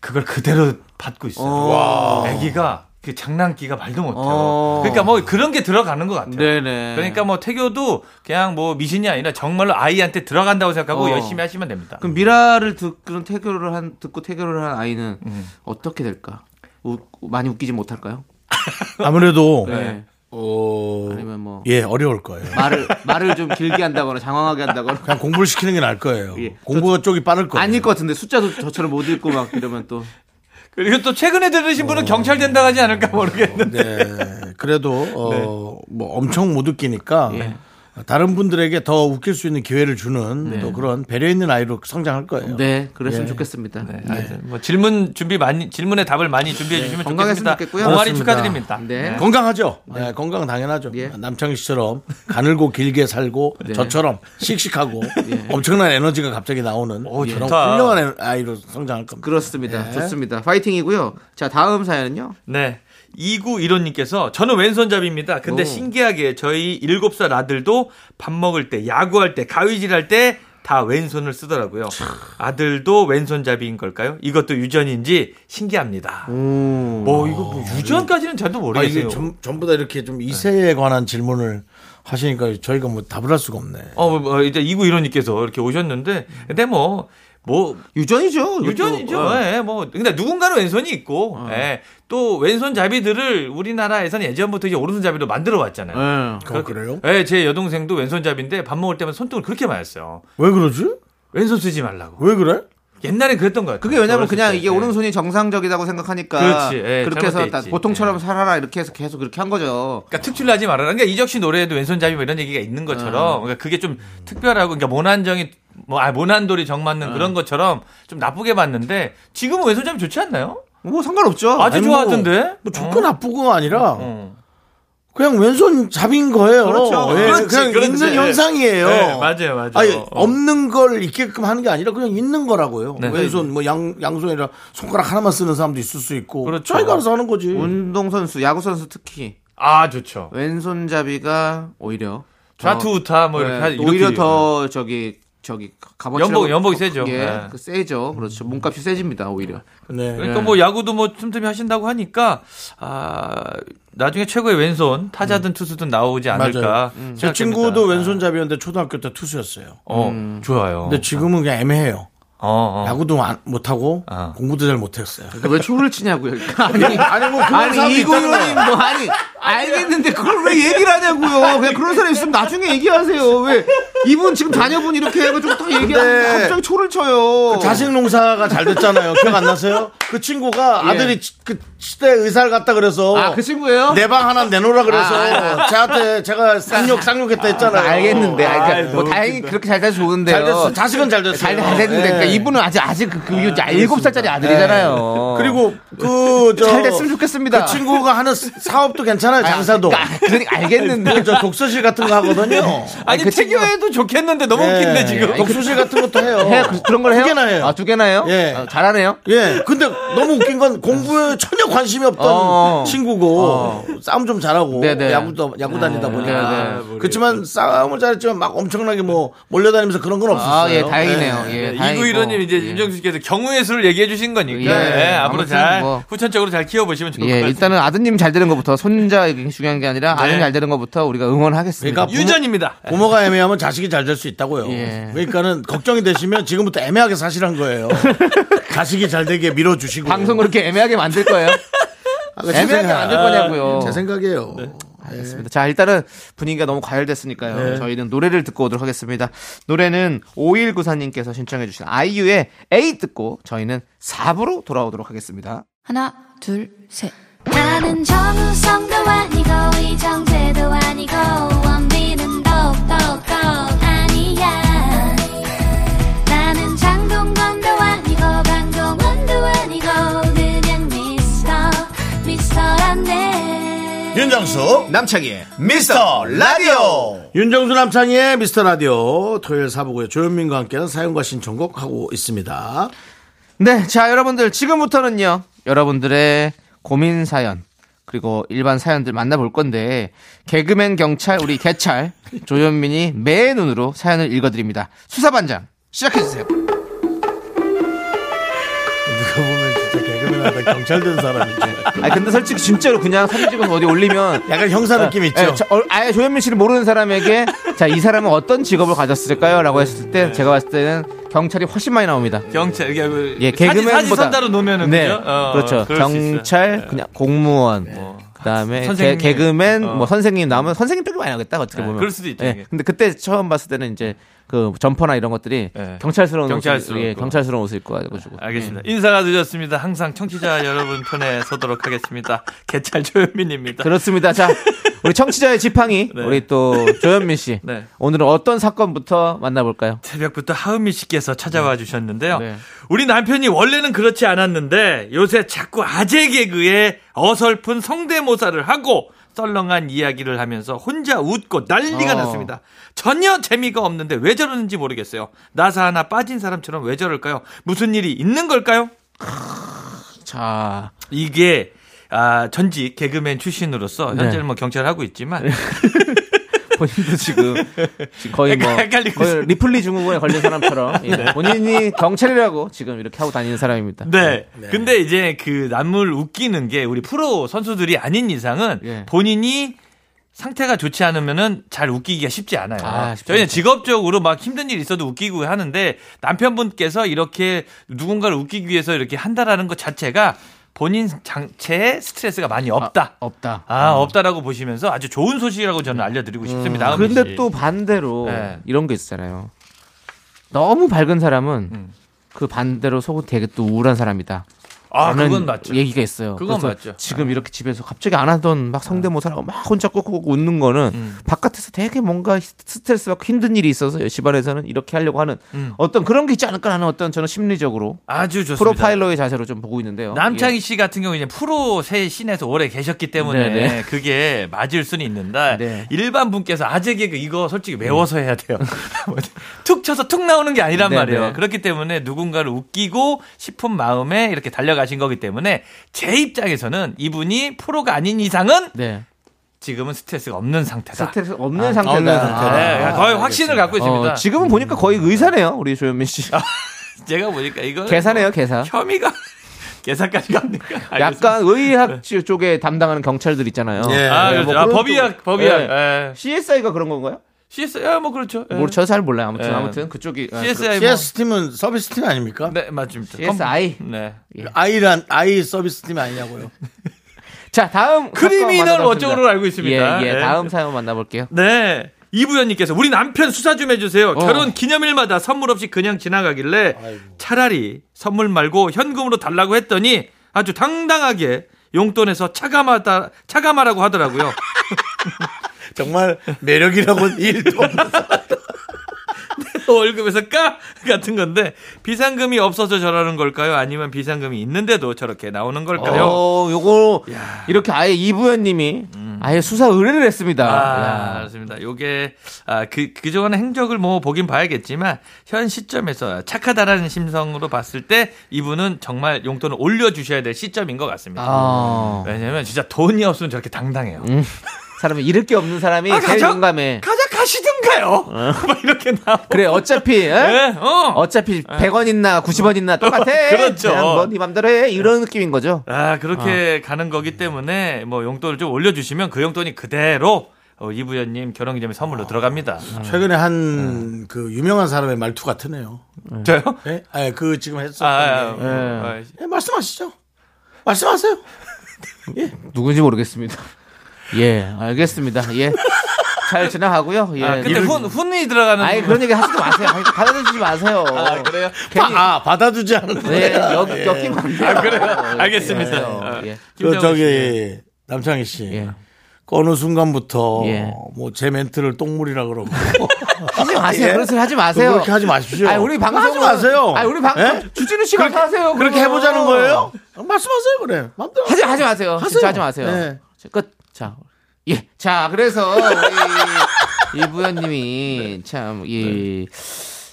그걸 그대로 받고 있어요. 어. 아기가 그 장난기가 말도 못해요. 어. 그러니까 뭐 그런 게 들어가는 것 같아요. 네네. 그러니까 뭐 태교도 그냥 뭐 미신이 아니라 정말로 아이한테 들어간다고 생각하고 어. 열심히 하시면 됩니다. 그럼 미라를 듣고 태교를 한 듣고 태교를 한 아이는 음. 어떻게 될까? 우- 많이 웃기지 못할까요? 아무래도 네. 어, 아니면 뭐 예 어려울 거예요. 말을 말을 좀 길게 한다거나 [LAUGHS] 장황하게 한다거나 그냥 공부를 시키는 게 나을 거예요. 예. 공부 쪽이 빠를 거예요. 안 읽을 것 같은데 숫자도 저처럼 못 읽고 막 이러면 또 그리고 또 최근에 들으신 어. 분은 경찰 된다 하지 않을까 모르겠는데. 네, 그래도 어, 뭐 엄청 못 웃기니까 다른 분들에게 더 웃길 수 있는 기회를 주는 또 그런 배려 있는 아이로 성장할 거예요. 네, 그랬으면 좋겠습니다. 네, 네, 알겠습니다. 뭐 질문 준비 많이 질문에 답을 많이 준비해 주시면 좋겠습니다. 건강했으면 좋겠고요. 동아리 그렇습니다. 축하드립니다. 네. 건강하죠. 네, 건강 당연하죠. 예. 남창희 씨처럼 가늘고 길게 살고 저처럼 씩씩하고 엄청난 에너지가 갑자기 나오는 그런 좋다. 훌륭한 애- 아이로 성장할 겁니다. 그렇습니다. 좋습니다. 파이팅이고요. 자, 다음 사연은요. 네. 2915님께서 저는 왼손잡이입니다. 근데 오. 신기하게 저희 7살 아들도 밥 먹을 때, 야구할 때, 가위질할 때 다 왼손을 쓰더라고요. 아들도 왼손잡이인 걸까요? 이것도 유전인지 신기합니다. 음. 뭐 이거 뭐 유전까지는 잘도 아, 이게 모르겠어요. 전, 전부 다 이렇게 좀 이세에 관한 질문을 하시니까 저희가 뭐 답을 할 수가 없네. 어, 뭐, 뭐, 이제 2915님께서 이렇게 오셨는데 근데 뭐 뭐, 유전이죠. 이것도. 아. 유전이죠. 어. 예, 뭐 근데 누군가는 왼손이 있고 예, 또 왼손잡이들을 우리나라에서는 예전부터 이제 오른손잡이로 만들어 왔잖아요. 예. 그럼 그래요? 예, 제 여동생도 왼손잡인데 밥 먹을 때마다 손등을 그렇게 맞았어요. 왜 그러지? 왼손 쓰지 말라고. 왜 그래? 옛날엔 그랬던 것 같아요. 그게 왜냐면 어렸을 그냥 때. 예. 이게 오른손이 정상적이라고 생각하니까 그렇지. 예, 게 해서 잘못돼 다 있지. 보통처럼 살아라 이렇게 해서 계속 그렇게 한 거죠. 그러니까 특출나지 말아라. 그러니까 이적 씨 노래에도 왼손잡이 뭐 이런 얘기가 있는 것처럼 음. 그러니까 그게 좀 특별하고 그러니까 모난정이 뭐 아, 모난돌이 정맞는 음. 그런 것처럼 좀 나쁘게 봤는데 지금은 왼손잡이 좋지 않나요? 뭐 상관없죠. 아주 아니, 뭐, 좋아하던데. 뭐 좋고 나쁘고가 아니라 어. 그냥 왼손 잡인 거예요. 그렇죠. 예, 그렇지, 그냥 그렇지. 있는 현상이에요. 네, 맞아요, 맞아요. 아니, 어. 없는 걸 있게끔 하는 게 아니라 그냥 있는 거라고요. 네. 왼손 뭐 양 양손이라 손가락 하나만 쓰는 사람도 있을 수 있고. 그렇죠. 자기가 알아서 하는 음. 거지. 운동선수, 야구선수 특히 아 좋죠. 왼손잡이가 오히려 더- 좌투 우타 뭐 이렇게 네, 하- 이렇게 오히려 더 저기 저기 값어치 연봉- 연봉이 세죠. 예, 네. 그 세죠. 그렇죠. 몸값이 세집니다. 오히려. 네. 그러니까 예. 뭐 야구도 뭐 틈틈이 하신다고 하니까 아 나중에 최고의 왼손 음. 타자든 투수든 나오지 않을까. 생각됩니다. 네. 제 친구도 왼손잡이였는데 초등학교 때 투수였어요. 어 음, 좋아요. 근데 지금은 그냥 애매해요. 어, 어. 야구도 안- 못하고 어. 공부도 잘 못했어요. 그러니까 왜 초를 치냐고요. [LAUGHS] 아니, 아니 뭐 그런 사람이 아니 있다는 거야. 이고님 뭐 아니 알겠는데 그걸 왜 얘기를 하냐고요. 그냥 그런 사람 있으면 나중에 얘기하세요. 왜 이분 지금 자녀분 이렇게 해가지고 딱 얘기하는데 근데 갑자기 초를 쳐요. 자식 농사가 잘 됐잖아요. 기억 안 나세요? 그 친구가 예. 아들이 치- 그 시대 의사를 갔다 그래서 아 그 친구예요? 내 방 하나 내놓으라 그래서 아, 제한테 제가 쌍욕 쌍욕했다 아, 했잖아요. 알겠는데, 아, 그러니까 뭐 다행히 그렇게 잘 돼서 좋은데요. 잘 됐어. 자식은 잘 됐어요. 잘, 잘 됐는데, 예. 그러니까 이분은 아직, 아직 그, 그, 일곱 살짜리 아들이잖아요. 어. 그리고 그저 잘 됐으면 좋겠습니다. 그 친구가 하는 스- 사업도 괜찮아요. 장사도. 그러니까, 그러니까 알겠는데. 저 독서실 같은 거 하거든요. 아니 그 태교해도 좋겠는데 너무 웃긴데 예. 지금. 독서실 같은 것도 해요. 해요? 그- 그런 걸 해요? 두 개나 해요. 아, 두 개나 해요? 예. 아, 잘하네요? 예. 근데 너무 웃긴 건 공부에 전혀 관심이 없던 어. 친구고 싸움 좀 잘하고 네네. 야구도 야구 다니다 네, 네. 보니까 그렇지만 싸움을 잘했지만 막 엄청나게 뭐 몰려다니면서 그런 건 없었어요. 아, 예, 다행이네요. 예. 예, 다행이고. 이구이로님 이제 예. 임정수 씨께서 경우의 수를 얘기해 주신 거니까 예. 예, 앞으로 아무튼 잘 뭐. 후천적으로 잘 키워보시면 좋을 것 예, 같습니다. 일단은 아드님 잘 되는 것부터, 손자 얘기 중요한 게 아니라 아드님 잘 되는 것부터 우리가 응원하겠습니다. 네. 그러니까 유전입니다. 부모가 애매하면 자식이 잘 될 수 있다고요. 예. 그러니까는 걱정이 되시면 지금부터 애매하게 사시란 [LAUGHS] 거예요. 자식이 잘 되게 밀어주시고. 방송 그렇게 애매하게 만들 [LAUGHS] 거예요? 아, 제 애매하게 생각- 만들 거냐고요. 제 생각이에요. 알겠습니다. 자, 일단은 분위기가 너무 과열됐으니까요. 네. 저희는 노래를 듣고 오도록 하겠습니다. 노래는 5194님께서 신청해주신 아이유의 A 듣고 저희는 4부로 돌아오도록 하겠습니다. 하나, 둘, 셋. 나는 정우성도 아니고 이정재도 아니고 원빈은 더욱더 아니야 나는 장동건도 아니고 강동원도 아니고 그냥 미스터 미스터란데 윤정수 남창희의 미스터 라디오 윤정수 남창희의 미스터 라디오 토요일 사부고요 조현민과 함께하는 사연과 신청곡 하고 있습니다 네, 자, 여러분들 지금부터는요. 여러분들의 고민 사연 그리고 일반 사연들 만나볼 건데 개그맨 경찰 우리 개찰 조현민이 매의 눈으로 사연을 읽어드립니다. 수사반장 시작해주세요. 누가 보면 진짜 개그맨 하다 경찰 된 사람이죠 아 근데 솔직히 진짜로 그냥 사진 찍어서 어디 [LAUGHS] 올리면 약간 형사 느낌 있죠 예, 저- 어, 아예 조현민 씨를 모르는 사람에게 자 이 사람은 어떤 직업을 가졌을까요? 라고 했을 때 제가 봤을 때는 경찰이 훨씬 많이 나옵니다. 경찰 이게 그 예, 사진, 사진 개그맨보다 선다로 놓으면은 네, 그죠? 어, 그렇죠. 그럴 수 있어요. 네. 경찰, 그냥 공무원, 뭐, 그다음에 선생님. 개, 그맨 어. 뭐 선생님 나오면 선생님 쪽이 많이 나오겠다 어떻게 네, 보면. 그럴 수도 있죠, 이게. 근데 그때 처음 봤을 때는 이제 그 점퍼나 이런 것들이 네. 경찰스러운 옷을, 경찰스러운 예, 거. 경찰스러운 옷을 입고 가지고. 알겠습니다. 인사가 늦었습니다. 항상 청취자 여러분 편에 서도록 하겠습니다. [LAUGHS] 개찰 조현민입니다. 그렇습니다. [LAUGHS] 자, 우리 청취자의 지팡이 네. 우리 또 조현민 씨. 네. 오늘은 어떤 사건부터 만나볼까요? 새벽부터 하은미 씨께서 찾아와 주셨는데요. 네. 우리 남편이 원래는 그렇지 않았는데 요새 자꾸 아재 개그에 어설픈 성대모사를 하고 썰렁한 이야기를 하면서 혼자 웃고 난리가 어. 났습니다. 전혀 재미가 없는데 왜 저러는지 모르겠어요. 나사 하나 빠진 사람처럼 왜 저럴까요? 무슨 일이 있는 걸까요? 자, 이게 아, 전직 개그맨 출신으로서 네. 현재는 뭐 경찰을 하고 있지만 본인도 지금 지금 거의 뭐 헷갈- 헷갈리고 네. 거의 있어요. 리플리 증후군에 걸린 사람처럼 [LAUGHS] 예, 본인이 경찰이라고 지금 이렇게 하고 다니는 사람입니다. 네. 근데 이제 그 남을 웃기는 게 우리 프로 선수들이 아닌 이상은 예. 본인이 상태가 좋지 않으면은 잘 웃기기가 쉽지 않아요. 아, 쉽지 저희는 않죠. 직업적으로 막 힘든 일 있어도 웃기고 하는데 남편분께서 이렇게 누군가를 웃기기 위해서 이렇게 한다라는 것 자체가 본인 장체에 스트레스가 많이 없다. 아, 없다. 아, 없다라고 보시면서 아주 좋은 소식이라고 음. 저는 알려드리고 싶습니다. 근데 은미 씨. 또 반대로 네. 이런 게 있잖아요. 너무 밝은 사람은 그 반대로 속은 되게 또 우울한 사람이다. 아, 라는 그건 맞죠. 얘기가 있어요. 그건 그래서 맞죠. 지금 이렇게 집에서 갑자기 안 하던 막 성대모사라고 막 혼자 꾹꾹 웃는 거는 바깥에서 되게 뭔가 스트레스 받고 힘든 일이 있어서 10시 반에서는 이렇게 하려고 하는 음. 어떤 그런 게 있지 않을까 하는 어떤 저는 심리적으로 아주 좋습니다. 프로파일러의 자세로 좀 보고 있는데요. 남창희 씨 같은 경우 이제 프로 새 신에서 오래 계셨기 때문에 예. 네네. [LAUGHS] 그게 맞을 수는 있는데 네. 음. 일반 분께서 아재 개그 이거 솔직히 외워서 해야 돼요. [LAUGHS] 뭐 툭 쳐서 툭 나오는 게 아니란 네네. 말이에요. 그렇기 때문에 누군가를 웃기고 싶은 마음에 이렇게 달려가신 거기 때문에 제 입장에서는 이분이 프로가 아닌 이상은 네. 지금은 스트레스가 없는 상태다. 스트레스 없는 상태다. 없는 상태다. 네, 거의 확신을 갖고 있습니다. 어, 지금은 보니까 거의 의사네요, 우리 조현민 씨. 제가 보니까 이거 계산해요, 계산. 혐의가 [LAUGHS] 계산까지 갑니까? 알겠습니다. 네. 약간 네, 의학 쪽에 담당하는 경찰들 있잖아요. 예. 뭐 아, 그렇죠. 뭐 아, 법의학, 법의학. 네. 예. CSI가 그런 건가요? CSI 야, 뭐 그렇죠. 예. 뭐 저도 잘 몰라요. 아무튼 예. 아무튼 그쪽이 아, CSI 뭐- CS 팀은 서비스 팀 아닙니까? 네 맞습니다. CSI. 컴- 네. 아이란 아이 서비스 팀 아니냐고요. 자, 다음 크리미널 사건 만나보겠습니다. 어쩌고로 알고 있습니다. 예, 예. 예. 다음 사연 만나볼게요. 네. 이부연님께서 우리 남편 수사 좀 해주세요. 어. 결혼 기념일마다 선물 없이 그냥 지나가길래 차라리 선물 말고 현금으로 달라고 했더니 아주 당당하게 용돈에서 차감하다 차감하라고 [LAUGHS] 하더라고요. 정말 [LAUGHS] 매력이라고 일도 월급에서 까 같은 건데 비상금이 없어서 저러는 걸까요? 아니면 비상금이 있는데도 저렇게 나오는 걸까요? 어, 요거 이렇게 아예 이부연님이 아예 수사 의뢰를 했습니다. 음. 아, 야. 그렇습니다. 요게, 아, 그, 그동안의 행적을 뭐 보긴 봐야겠지만, 현 시점에서 착하다라는 심성으로 봤을 때, 이분은 정말 용돈을 올려주셔야 될 시점인 것 같습니다. 아. 왜냐면 진짜 돈이 없으면 저렇게 당당해요. 사람이 잃을 게 없는 사람이 아, 제일 가자. 용감해. 가자, 가시든가요! [LAUGHS] 막 이렇게 나와. 그래 어차피 에? 네, 어. 어차피 100원 있나 90원 있나 똑같아. [LAUGHS] 그렇죠. 그냥 뭐네 맘대로 해. 이런 느낌인 거죠. 아, 그렇게 가는 거기 때문에, 뭐 용돈을 좀 올려주시면 그 용돈이 그대로, 어, 이부연님 결혼 기념일 선물로 들어갑니다. 최근에 한 네. 그 유명한 사람의 말투 같으네요. 저요? 예? 아, 그 지금 했었던 아, 아, 게. 아, 아, 예, 말씀하시죠. 말씀하세요. 누군지 모르겠습니다. [LAUGHS] 예, 알겠습니다. 예. 잘 지나가고요. 예. 아, 근데 훈, 훈이 들어가는. 아니 그런 얘기 하지도 마세요. 아니, 받아들이지 마세요. 아, 그래요? 괜히 아, 받아주지 않는 네, 거야. 역, 예. 엮이면 안 돼요. 아, 그래요? 알겠습니다. 아. 예. 예. 그 김정은 저기 남창희 씨. 예. 그 어느 순간부터 예. 뭐 제 멘트를 똥물이라 [LAUGHS] 그러고 하지 마세요. 예? 그런 소리 하지 마세요. 그렇게 하지 마십시오. 아니, 우리 방송 하지 마세요. 아니, 우리 방송 예? 주진우 씨가 그렇게- 하세요. 그렇게 그거. 해보자는 거예요? 아, 말씀하세요 그래. 마음대로. 하지 하지 마세요. 하세요. 진짜 하지 마세요. 네. 자, 끝. 자. 예. 자, 그래서 우리 이부연 님이 참 네. 이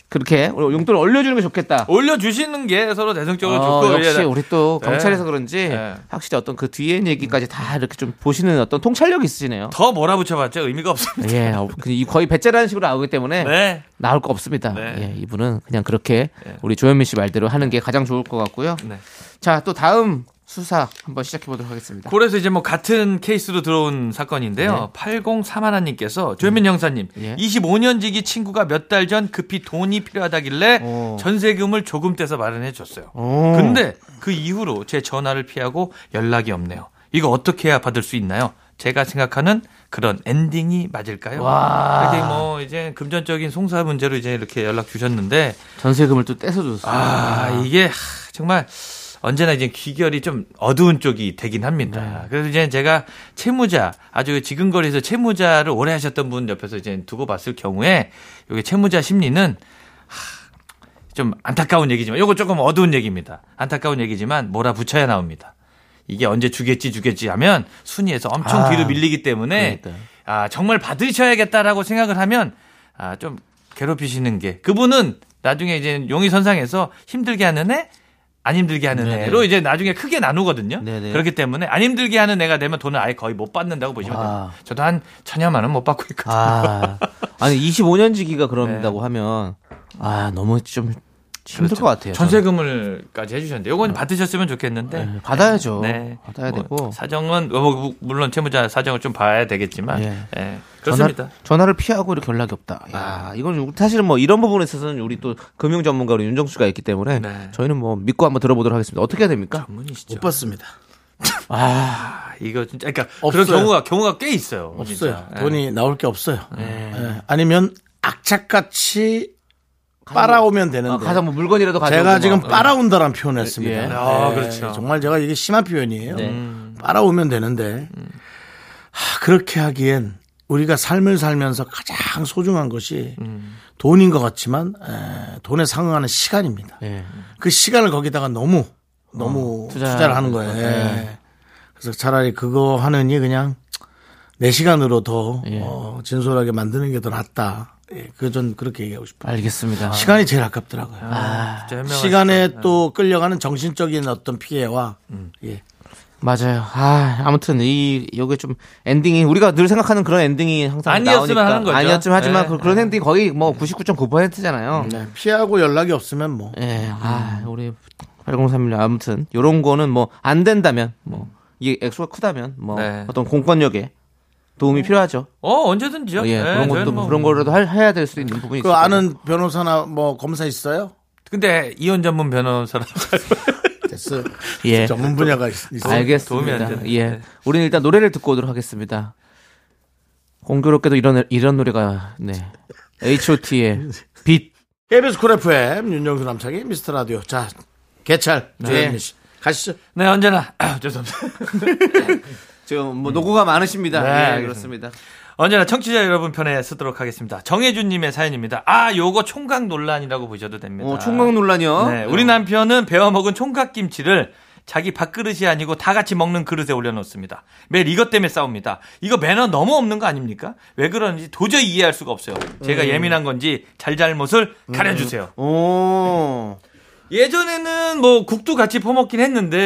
그렇게 용돈을 올려 주는 게 좋겠다. 올려주시는 게 서로 대성적으로 어, 좋고. 역시 예. 우리 또 경찰에서 예. 그런지 예. 확실히 어떤 그 뒤에 얘기까지 다 이렇게 좀 보시는 어떤 통찰력이 있으시네요. 더 몰아붙여봤자 의미가 없습니다. 예, 어, 그 이- 거의 배째라는 식으로 나오기 때문에 네. 나올 거 없습니다. 네. 예, 이분은 그냥 그렇게 우리 조현민 씨 말대로 하는 게 가장 좋을 것 같고요. 네. 자, 또 다음 수사 한번 시작해 보도록 하겠습니다. 그래서 이제 뭐 같은 케이스로 들어온 사건인데요. 8031님께서 조현민 형사님, 네. 예. 25년 지기 친구가 몇 달 전 급히 돈이 필요하다길래 오. 전세금을 조금 떼서 마련해 줬어요. 오. 근데 그 이후로 제 전화를 피하고 연락이 없네요. 이거 어떻게 해야 받을 수 있나요? 제가 생각하는 그런 엔딩이 맞을까요? 와. 이게 뭐 이제 금전적인 송사 문제로 이제 이렇게 연락 주셨는데 전세금을 또 떼서 줬어요. 아, 이게 하, 정말 언제나 이제 귀결이 좀 어두운 쪽이 되긴 합니다. 그래서 이제 제가 채무자 아주 지근거리에서 채무자를 오래 하셨던 분 옆에서 이제 두고 봤을 경우에 여기 채무자 심리는 하, 좀 안타까운 얘기지만 요거 조금 어두운 얘기입니다. 안타까운 얘기지만 몰아붙여야 나옵니다. 이게 언제 주겠지 주겠지 하면 순위에서 엄청 뒤로 밀리기 때문에 아, 그러니까요. 아 정말 받으셔야겠다라고 생각을 하면 아 좀 괴롭히시는 게 그분은 나중에 이제 용의 선상에서 힘들게 하는 애, 안 힘들게 하는 애로 이제 나중에 크게 나누거든요. 네, 네네. 그렇기 때문에 안 힘들게 하는 애가 되면 돈을 아예 거의 못 받는다고 보시면 돼요. 저도 한 천여만 원 못 받고 있거든요. 아, 아니 25년 지기가 그런다고 네. 하면 아 너무 좀 힘들 것 같아요. 저는. 그렇죠. 전세금을까지 해주셨는데 요건 받으셨으면 좋겠는데 네, 받아야죠. 네. 받아야 뭐 되고 사정은 어, 뭐, 물론 채무자 사정을 좀 봐야 되겠지만 예. 예, 그렇습니다. 네. 전화, 를 피하고 이렇게 연락이 없다. 야, 이건 좀- 사실은 뭐 이런 부분에 있어서는 우리 또 금융 전문가로 윤정수 씨가 있기 때문에 네. 저희는 뭐 믿고 한번 들어보도록 하겠습니다. 어떻게 해야 됩니까? 전문이시죠. 못 봤습니다. 아 이거 진짜 그러니까 그런 없어요. 경우가 경우가 꽤 있어요. 없어요. 진짜. 예. 돈이 나올 게 없어요. 예. 아니면 악착같이 빨아오면 되는데. 가서 뭐 어. 물건이라도 가져. 제가 지금 빨아온다란 표현을 했습니다. 예. 아, 네, 그렇죠. 정말 제가 이게 심한 표현이에요. 네. 음. 빨아오면 되는데 하, 그렇게 하기엔 우리가 삶을 살면서 가장 소중한 것이 돈인 것 같지만 에, 돈에 상응하는 시간입니다. 예. 그 시간을 거기다가 너무 너무 투자- 투자, 를 하는 거예요. 네. 그래서 차라리 그거 하느니 그냥 내 시간으로 더 예. 어, 진솔하게 만드는 게 더 낫다. 예, 그전 그렇게 얘기하고 싶어요. 알겠습니다. 시간이 제일 아깝더라고요. 진짜 현명하시다. 네. 시간에 또 끌려가는 정신적인 어떤 피해와 음. 예. 맞아요. 아, 아무튼 이 요게 좀 엔딩이 우리가 늘 생각하는 그런 엔딩이 항상 아니었으면 나오니까. 하는 거죠. 아니었지만 하지만 네. 그- 그런 엔딩 거의 뭐 99.9%잖아요. 네, 피하고 연락이 없으면 뭐 예. 아, 우리 8031 아무튼 요런 거는 뭐 안 된다면 뭐 이게 액수가 크다면 뭐 네. 어떤 공권력에 도움이 필요하죠. 어, 언제든지요. 예, 네, 그런 것도 저희는 뭐- 그런 거라도 할- 해야 될 수 있는 부분이 그 있어요. 아는 변호사나 뭐 검사 있어요? 근데 이혼 전문 변호사라 [LAUGHS] 됐어요. [LAUGHS] 예. 아, 전문 분야가 있- 있어요. 도움이 안 되네. 알겠습니다. 예. 네. 우리는 일단 노래를 듣고 오도록 하겠습니다. 공교롭게도 이런 이런 노래가 네. H.O.T.의 빛. KBS 쿨 FM 윤정수 남창희 미스터 라디오 자 개찰 네. 조현민 씨 가시죠. 네, 언제나 [COUGHS] 아, 죄송합니다. 지금 뭐 노고가 많으십니다. 네, 예, 알겠습니다. 그렇습니다. 언제나 청취자 여러분 편에 쓰도록 하겠습니다. 정혜준님의 사연입니다. 아, 요거 총각 논란이라고 보셔도 됩니다. 어, 총각 논란이요. 네, 우리 남편은 배워 먹은 총각 김치를 자기 밥그릇이 아니고 다 같이 먹는 그릇에 올려놓습니다. 매일 이것 때문에 싸웁니다. 이거 매너 너무 없는 거 아닙니까? 왜 그러는지 도저히 이해할 수가 없어요. 제가 예민한 건지 잘잘못을 가려주세요. 오. 음. 예전에는 뭐 국도 같이 퍼먹긴 했는데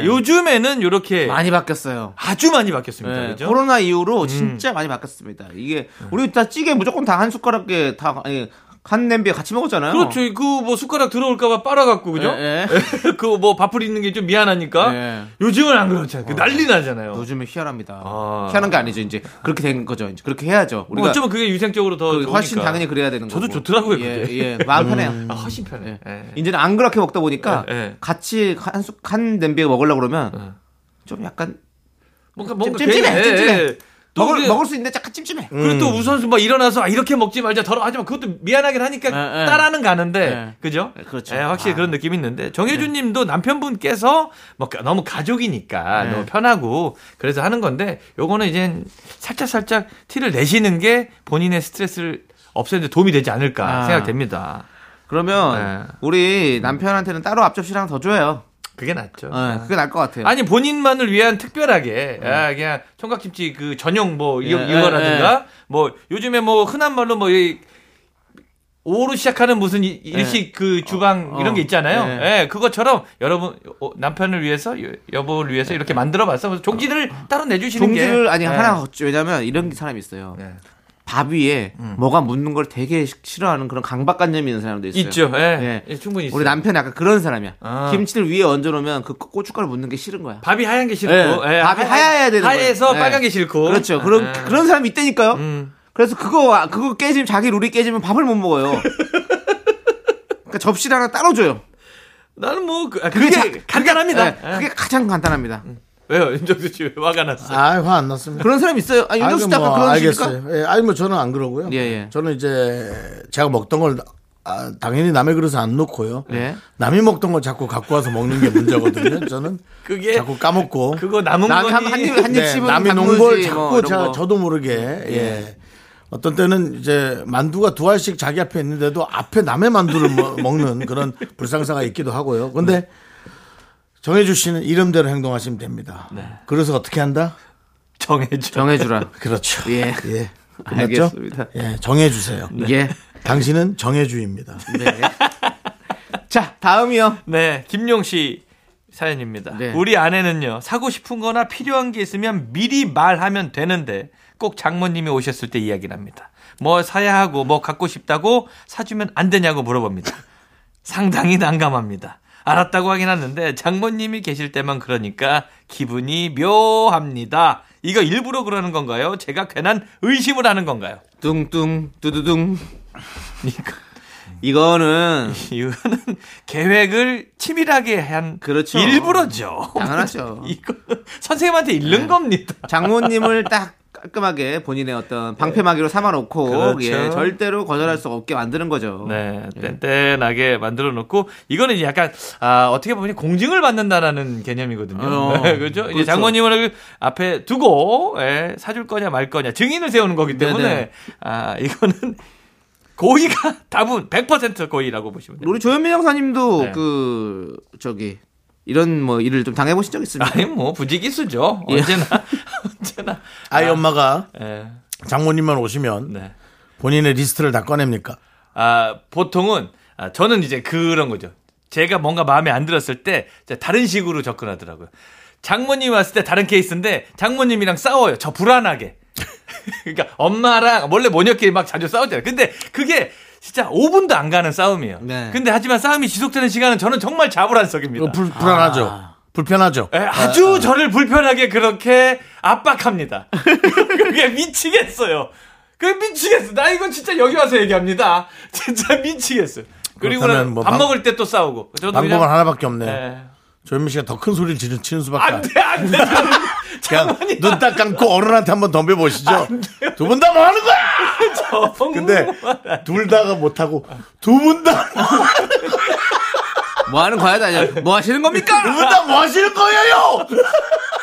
네. 요즘에는 이렇게 네. 많이 바뀌었어요. 아주 많이 바뀌었습니다. 예, 그죠? 음. 네. 코로나 이후로 진짜 많이 바뀌었습니다. 이게 우리 다 찌개 무조건 다 한 숟가락에 다 아니, 한 냄비에 같이 먹었잖아요. 그렇죠. 그 뭐 숟가락 들어올까봐 빨아갖고 그죠? 예, [LAUGHS] 그뭐 밥풀 있는 게 좀 미안하니까 예. 요즘은 안 그렇잖아요. 그 난리 네. 나잖아요. 요즘에 희한합니다. 아. 희한한 게 아니죠. 이제 그렇게 된 거죠. 이제 그렇게 해야죠. 뭐 우리가 어쩌면 뭐 그게 유생적으로 더 그 훨씬 좋으니까. 당연히 그래야 되는 거고. 저도 좋더라고요, 예, 그게. 예. 마음 편해요. 아, 훨씬 편해. 예. 이제는 안 그렇게 먹다 보니까 예, 예. 같이 한, 숟- 한 냄비에 먹으려고 그러면 예. 좀 약간 뭔가 뭔가 찜- 찜찜해, 괜히- 예. 찜찜해. 또 먹을, 그게- 음. 먹을 음. 수 있는데 약간 찜찜해. 그리고 또 우선순 막 일어나서 아, 이렇게 먹지 말자 더러 하지만 그것도 미안하긴 하니까 예, 예. 따라는 가는데 예. 그죠? 예, 그렇죠. 예, 확실히 아. 네. 그런 느낌이 있는데 정혜준님도 남편분께서 뭐 가- 너무 가족이니까 예. 너무 편하고 그래서 하는 건데 요거는 이제 살짝 살짝 티를 내시는 게 본인의 스트레스를 없애는데 도움이 되지 않을까 아. 생각됩니다. 그러면 예. 우리 남편한테는 따로 앞접시랑 더 줘요. 그게 낫죠. 예, 아. 그게 나을 것 같아요. 네. 아니 본인만을 위한 특별하게 아, 그냥 총각김치 그 전용 뭐 이거 예, 이거라든가 뭐 요즘에 뭐 흔한 말로 뭐 이, 오로 시작하는 무슨 이- 일식 그 주방 어, 이런 게 있잖아요. 예. 예, 그것처럼 여러분 어, 남편을 위해서 여- 여보를 위해서 이렇게 만들어봤어. 그래서 종지를 따로 내주시는 종지를 게 아니 예. 하나 걷죠. 왜냐면 이런 사람이 있어요. 예. 밥 위에 음. 뭐가 묻는 걸 되게 시- 싫어하는 그런 강박관념이 있는 사람도 있어요. 있죠. 예. 예. 예, 충분히 있어요. 우리 남편이 약간 그런 사람이야. 아. 김치를 위에 얹어놓으면 그 고춧가루 묻는 게 싫은 거야. 밥이 하얀 게 싫고 예, 예, 밥이 하얘야 되는 거예요. 하얘서 예. 빨간 게 싫고 그렇죠. 그런 예. 그런 사람이 있다니까요. 음. 그래서 그거 아, 그거 깨지면 자기 룰이 깨지면 밥을 [LAUGHS] 못 먹어요. 그러니까 접시를 하나 따로 줘요. 나는 뭐 그, 게 간단합니다. 네. 음. 예, 그게 가장 간단합니다. 왜요, 윤정수 씨 왜 화가 났어? 요 아화 안 났습니다. 그런 사람 있어요. 아, 윤정수 아니, 작가 뭐, 그런 식입니까? 알겠어요. 예, 아니 뭐 저는 안 그러고요. 예, 예. 저는 이제 제가 먹던 걸 아, 당연히 남의 그릇에 안 놓고요. 네. 남이 먹던 걸 자꾸 갖고 와서 먹는 게 문제거든요. [LAUGHS] 저는 그게- 자꾸 까먹고 그거 남은 남- 거니 한- 한 입- 한- 네, 씹은 남이 단무지 놓은 걸 뭐 자꾸 이런 제가 거. 네. 저도 모르게 예. 어떤 때는 이제 만두가 두 알씩 자기 앞에 있는데도 앞에 남의 만두를 먹- [LAUGHS] 먹는 그런 불상사가 있기도 하고요. 근데 정해주 씨는 이름대로 행동하시면 됩니다. 네. 그래서 어떻게 한다? [LAUGHS] 정해줘. 정해주라. 그렇죠. 예. [LAUGHS] 예. 끝났죠? 알겠습니다. 예, 정해주세요. 예. 당신은 정해주입니다. 네. 자 다음이요. 네, 김용 씨 사연입니다. 네. 우리 아내는요, 사고 싶은 거나 필요한 게 있으면 미리 말하면 되는데 꼭 장모님이 오셨을 때 이야기를 합니다. 뭐 사야 하고 뭐 갖고 싶다고 사주면 안 되냐고 물어봅니다. [LAUGHS] 상당히 난감합니다. 알았다고 하긴 하는데 장모님이 계실 때만 그러니까 기분이 묘합니다. 이거 일부러 그러는 건가요? 제가 괜한 의심을 하는 건가요? [LAUGHS] 뚱뚱 두두둥. 이거는 이거는 계획을 치밀하게 한 그렇죠. 일부러죠. [LAUGHS] [LAUGHS] 당연하죠. 네. 이거 선생님한테 잃는 겁니다. 장모님을 딱 깔끔하게 본인의 어떤 방패막이로 삼아놓고 그렇죠. 예, 절대로 거절할 수 없게 만드는 거죠. 네, 예. 뗀뗀하게 만들어 놓고 이거는 약간 아, 어떻게 보면 공증을 받는다라는 개념이거든요. 어, 그렇죠? 이제 그렇죠. 장모님을 앞에 두고 예, 사줄 거냐 말 거냐 증인을 세우는 거기 때문에 네네. 아 이거는 [LAUGHS] 고의가 [LAUGHS] 답은 100% 고의라고 보시면 돼요. 우리 조현민 형사님도 네. 그 저기 이런 뭐 일을 좀 당해보신 적 있습니까? 예. 아니 뭐 부지기수죠. 언제나 언제나 아이 엄마가 예. 장모님만 오시면 네. 본인의 리스트를 다 꺼냅니까? 아, 보통은 아, 저는 이제 그런 거죠. 제가 뭔가 마음에 안 들었을 때 이제 다른 식으로 접근하더라고요. 장모님이 왔을 때 다른 케이스인데 장모님이랑 싸워요. 저 불안하게. [LAUGHS] 그러니까 엄마랑 원래 모녀끼리 막 자주 싸우잖아요. 근데 그게 진짜 5분도 안 가는 싸움이에요. 네. 근데 하지만 싸움이 지속되는 시간은 저는 정말 자불안석입니다. 불, 불안하죠. 아. 불편하죠. 예, 아주 저를 불편하게 그렇게 [LAUGHS] 압박합니다. 그게 미치겠어요. 그 미치겠어. 나 이거 진짜 여기 와서 얘기합니다. [LAUGHS] 진짜 미치겠어요. 그리고 그렇다면 나밥 뭐방 먹을 때 또 싸우고. 저도 방법은 그냥- 하나밖에 없네. 예. 조현민 씨가 더 큰 소리를 지르, 치는 수밖에 안 안 돼, 안 돼. [LAUGHS] 그냥 눈 딱 감고 어른한테 한번 덤벼보시죠. 두 분 다 뭐 하는 거야? 근데 뭐 둘 다가 못하고 두 분 다 두 분 다 뭐 [LAUGHS] 뭐 하는 과외도 아니야. 뭐 [LAUGHS] 하시는 겁니까? 뭐 하시는 거예요?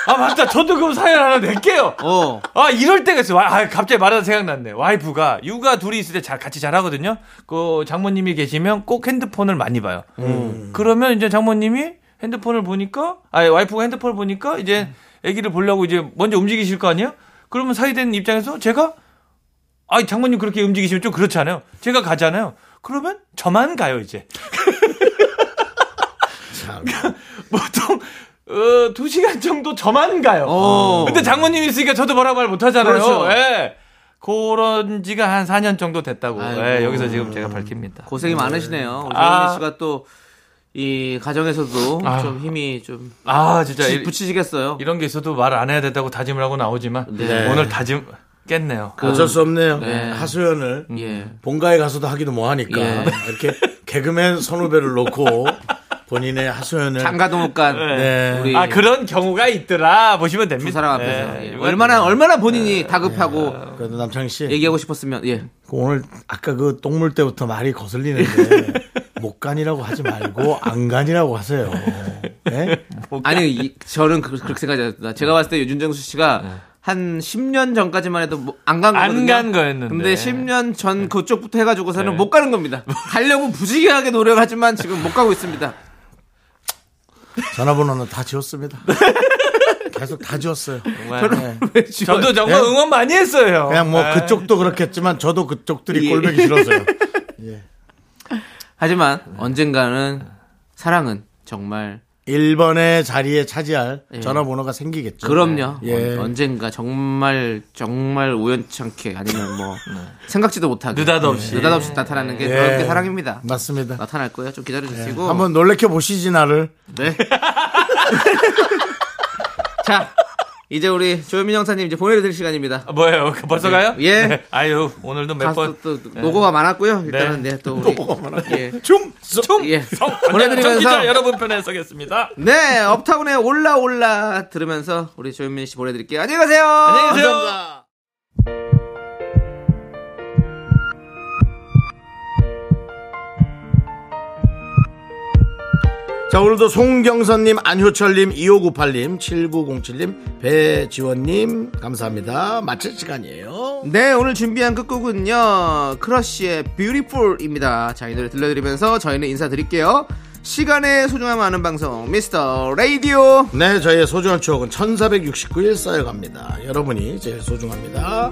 아, 맞다. 저도 그럼 사연 하나 낼게요. 어. 아, 이럴 때가 있어요. 와, 아, 갑자기 말하다 생각났네. 와이프가 육아 둘이 있을 때 잘, 같이 잘하거든요. 그 장모님이 계시면 꼭 핸드폰을 많이 봐요. 그러면 이제 장모님이 핸드폰을 보니까, 아 와이프가 핸드폰을 보니까 이제 아기를 보려고 이제 먼저 움직이실 거 아니에요? 그러면 사이된 입장에서 제가 아, 장모님 그렇게 움직이시면 좀 그렇잖아요. 제가 가잖아요. 그러면 저만 가요, 이제. 그러니까 보통 어, 두 시간 정도 저만 가요. 어. 근데 장모님 있으니까 저도 뭐라고 말 못하잖아요. 그렇죠. 예. 그런 지가 한 4년 정도 됐다고. 아이고. 예, 여기서 지금 제가 밝힙니다. 고생이 많으시네요. 우리 아. 조현민 씨가 또 이 가정에서도 아. 좀 힘이 좀 아, 진짜. 지- 이- 붙이시겠어요. 이런 게 있어도 말 안 해야 된다고 다짐을 하고 나오지만 네. 그 오늘 다짐 깼네요. 어쩔 수 없네요. 네. 하소연을 음. 예. 본가에 가서도 하기도 뭐하니까 예. 이렇게 개그맨 선후배를 놓고 본인의 하소연을 장가동업간 네. 우리 아, 그런 경우가 있더라. 보시면 됩니다. 두 사람 앞에서 예. 예. 얼마나 얼마나 본인이 네. 다급하고 그래도 남창희 씨 얘기하고 싶었으면 예. 그 오늘 아까 그 똥물 때부터 말이 [LAUGHS] 거슬리는데 못 간이라고 하지 말고 안 간이라고 하세요. 네? 아니 이- 저는 그, 렇게 생각했습니다. 제가 봤을 때 윤정수 씨가 한 10년 전까지만 해도 뭐 안간 네. 안 거거든요. 간 거였는데. 근데 10년 전 그쪽부터 해가지고서는 네. 못 가는 겁니다. 가려고 부지하게 노력하지만 지금 못 가고 있습니다. 전화번호는 다 [LAUGHS] 지웠습니다. 계속 다 지웠어요. 정말. 네. 저도 정말 예? 네. 응원 많이 했어요. 그냥 뭐 예. 그쪽도 그렇겠지만 저도 그쪽들이 아. 예. 꼴보기 [LAUGHS] 싫어서요. 하지만 네. 언젠가는 사랑은 정말 1번의 자리에 차지할 전화번호가 생기겠죠. 예. 그럼요. 예. 언- 언젠가 정말 정말 우연찮게 아니면 뭐 생각지도 못하게 네. 느닷없이. 느닷없이 나타나는 게 예. 그런 게 사랑입니다. 맞습니다. 나타날 거예요. 좀 기다려 주시고 한번 놀래켜 보시지 나를. 네. [LAUGHS] 자, 이제 우리 조현민 형사님 이제 보내드릴 시간입니다. 아, 뭐예요? [LAUGHS] 벌써 가요? 예. 네. 아유, 오늘도 몇 가서 번. 또 노고가 많았고요. 일단은 네, 또 우리 예. 총! 예. 정기자 보내드리면서 여러분 편에 서겠습니다. 네, 업타운의 올라 올라 들으면서 우리 조현민 씨 보내드릴게요. 안녕히 가세요. 안녕히 계세요. 자, 오늘도 송경선님, 안효철님, 2598님, 7907님, 배지원님, 감사합니다. 마칠 시간이에요. 네, 오늘 준비한 끝곡은요. 크러쉬의 뷰티풀입니다. 자, 이 노래 들려드리면서 저희는 인사드릴게요. 시간의 소중함 아는 방송 미스터 라디오. 네, 저희의 소중한 추억은 1469일 쌓여갑니다. 여러분이 제일 소중합니다.